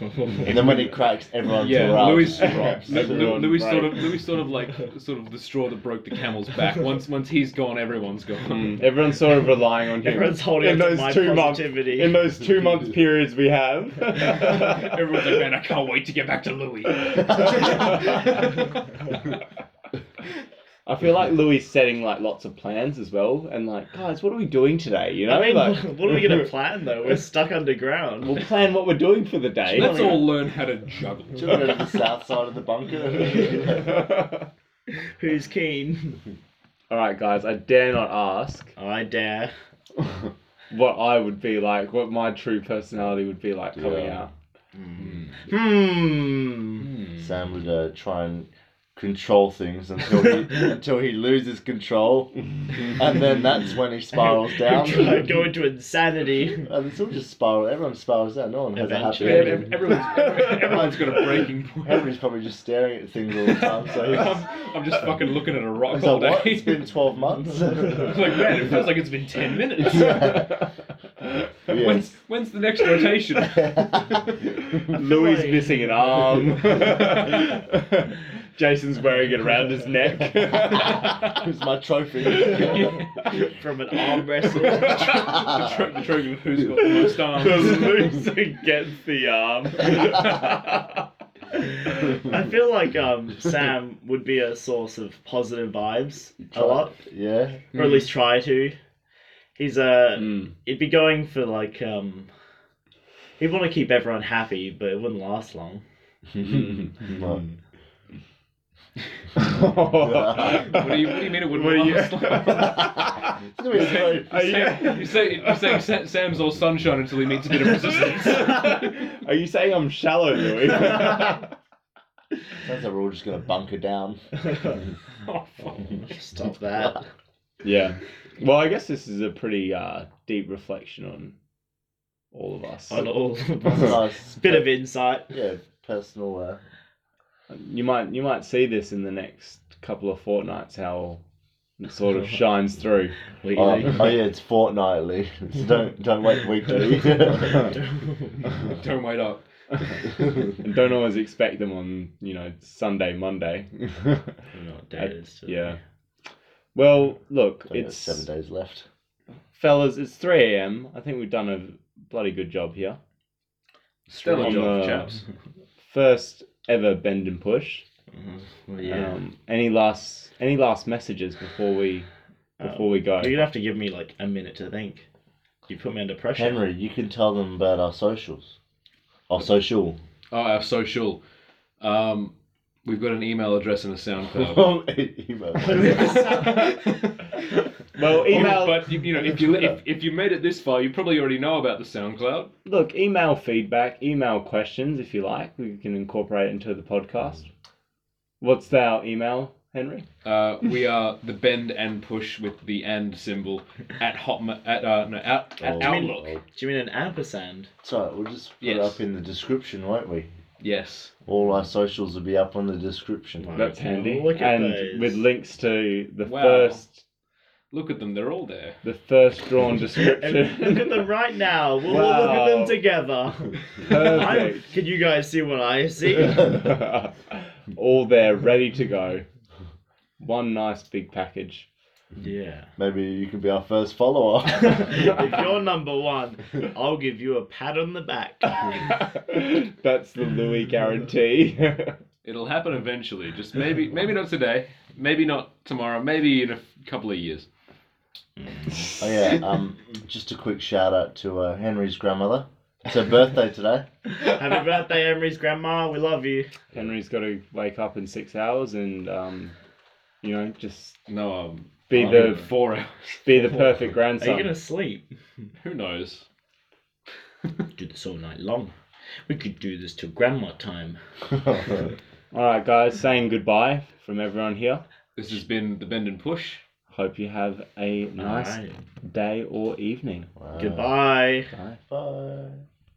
Speaker 1: And then when he cracks, everyone's
Speaker 4: Yeah,
Speaker 1: around.
Speaker 4: Louis,
Speaker 1: drops.
Speaker 4: Lu- Lu-
Speaker 3: Everyone
Speaker 4: Louis sort of
Speaker 3: breaks.
Speaker 4: Louis sort of like sort of the straw that broke the camel's back. Once once he's gone, everyone's gone.
Speaker 1: Hmm.
Speaker 3: Mm, Everyone's sort of relying on him.
Speaker 2: Everyone's holding
Speaker 3: in
Speaker 2: up to
Speaker 3: those
Speaker 2: my
Speaker 3: two
Speaker 2: positivity.
Speaker 3: Month, in those two month periods we have.
Speaker 4: Everyone's like, man, I can't wait to get back to Louis.
Speaker 3: I feel like Louis setting like lots of plans as well, and like, guys, what are we doing today? You know,
Speaker 2: I mean,
Speaker 3: like,
Speaker 2: what are we gonna plan though? We're stuck underground.
Speaker 3: We'll plan what we're doing for the day.
Speaker 4: Let's all learn how to juggle.
Speaker 1: Do you want to go to the south side of the bunker?
Speaker 2: Who's keen?
Speaker 3: all right, guys. I dare not ask
Speaker 2: I dare.
Speaker 3: what I would be like, what my true personality would be like coming
Speaker 1: Yeah.
Speaker 3: out.
Speaker 2: Hmm.
Speaker 1: Sam would uh, try and control things until he until he loses control, and then that's when he spirals down.
Speaker 2: Try to go into insanity.
Speaker 1: And it's all just spiral. Everyone spirals down. No one has
Speaker 2: Eventually.
Speaker 1: a happy ending.
Speaker 4: Everyone's, everyone's got a breaking point.
Speaker 1: Henry's probably just staring at things all the time. So he's,
Speaker 4: I'm, I'm just fucking looking at a rock
Speaker 1: he's
Speaker 4: all
Speaker 1: like,
Speaker 4: day.
Speaker 1: "What? It's been twelve months."
Speaker 4: It's like, man, it feels like it's been 10 minutes. When's, when's the next rotation?
Speaker 3: Louis
Speaker 2: like-
Speaker 3: missing an arm. Jason's wearing it around his neck.
Speaker 1: It's my trophy.
Speaker 2: From an arm wrestle.
Speaker 4: the, tro- the trophy of who's got the most
Speaker 3: The
Speaker 4: arms.
Speaker 3: loser gets the arm.
Speaker 2: I feel like um, Sam would be a source of positive vibes a lot,
Speaker 1: Yeah.
Speaker 2: or at least try to. He's a.
Speaker 3: Mm.
Speaker 2: He'd be going for like um. He'd want to keep everyone happy, but it wouldn't last long.
Speaker 1: No.
Speaker 4: What do, you, what do you mean it
Speaker 3: What do
Speaker 4: wouldn't
Speaker 3: you-
Speaker 4: last?
Speaker 1: It's gonna be a story.
Speaker 3: Are you,
Speaker 4: you say, you're saying Sa- Sam's all sunshine until he meets a bit of resistance.
Speaker 3: are you saying I'm shallow, Louis?
Speaker 1: Sounds like we're all just gonna bunker down.
Speaker 4: Oh, fuck.
Speaker 2: Stop that.
Speaker 3: yeah. Well, I guess this is a pretty uh, deep reflection on all of us.
Speaker 2: On all.
Speaker 1: Nice.
Speaker 2: Bit of insight.
Speaker 1: yeah, personal. Uh,
Speaker 3: You might you might see this in the next couple of fortnights how it sort of shines through.
Speaker 1: oh,
Speaker 2: Legally.
Speaker 1: oh yeah, it's fortnightly. So don't don't wait weekly.
Speaker 4: Don't wait up.
Speaker 3: and don't always expect them on you know Sunday, Monday.
Speaker 2: I'm not days to-
Speaker 3: yeah. Well, look,
Speaker 1: it's
Speaker 3: it's
Speaker 1: seven days left.
Speaker 3: fellas, it's three a.m. I think we've done a bloody good job here.
Speaker 4: Stellar
Speaker 3: On
Speaker 4: job,
Speaker 3: the-
Speaker 4: chaps.
Speaker 3: First ever bend and push.
Speaker 2: Mhm. Well, yeah.
Speaker 3: Um, any last any last messages before we before we go?
Speaker 2: You're gonna Oh, have to give me like a minute to think. You put me under pressure.
Speaker 1: Henry, you can tell them about our socials. Our social.
Speaker 4: Oh, our social. Um, we've got an email address and a SoundCloud.
Speaker 1: Oh, email.
Speaker 3: Well, email.
Speaker 4: But you, you know, if you if, if you made it this far, you probably already know about the SoundCloud.
Speaker 3: Look, email feedback, email questions if you like. We can incorporate into the podcast. What's our email, Henry?
Speaker 4: Uh, we are the bend and push with the and symbol at hotma at uh, no at, at
Speaker 1: Oh.
Speaker 4: Outlook.
Speaker 2: Do you mean an ampersand?
Speaker 1: so we'll just put it
Speaker 4: Yes.
Speaker 1: up in the description, won't we?
Speaker 4: Yes.
Speaker 1: All our socials will be up on the description.
Speaker 2: Wow.
Speaker 3: That's
Speaker 2: Okay,
Speaker 3: handy.
Speaker 2: look at
Speaker 3: and
Speaker 2: those.
Speaker 3: with links to the
Speaker 4: Wow.
Speaker 3: first
Speaker 4: Look at them; they're all there.
Speaker 3: the first drawn
Speaker 2: And look at
Speaker 3: description.
Speaker 2: them right now. We'll all look at
Speaker 3: Wow.
Speaker 2: them together. I'm,
Speaker 3: Perfect.
Speaker 2: can you guys see what I see?
Speaker 3: All there, ready to go. One nice big package.
Speaker 2: Yeah.
Speaker 1: Maybe you could be our first follower.
Speaker 2: Oh, if you're number one, I'll give you a pat on the back.
Speaker 3: That's the Louis guarantee.
Speaker 4: It'll happen eventually. Just maybe, maybe not today. Maybe not tomorrow. Maybe in a f- couple of years.
Speaker 1: oh yeah. Um, just a quick shout out to uh, Henry's grandmother. It's her birthday today.
Speaker 2: Happy birthday, Emery's grandma. We love you.
Speaker 3: Henry's got to wake up in six hours and, um, you know, just
Speaker 4: No, um,
Speaker 3: be
Speaker 4: I
Speaker 3: the
Speaker 4: mean, four hours.
Speaker 3: be the perfect
Speaker 2: Oh, Are
Speaker 3: grandson.
Speaker 2: you gonna sleep?
Speaker 4: Who knows?
Speaker 2: Do this all night long. We could do this till grandma time.
Speaker 3: All right, guys, saying goodbye from everyone here.
Speaker 4: This has been the bend and push.
Speaker 3: Hope you have a nice
Speaker 2: Alright.
Speaker 3: day or evening.
Speaker 2: Uh.
Speaker 1: Wow.
Speaker 2: Goodbye.
Speaker 3: Bye.
Speaker 1: Bye.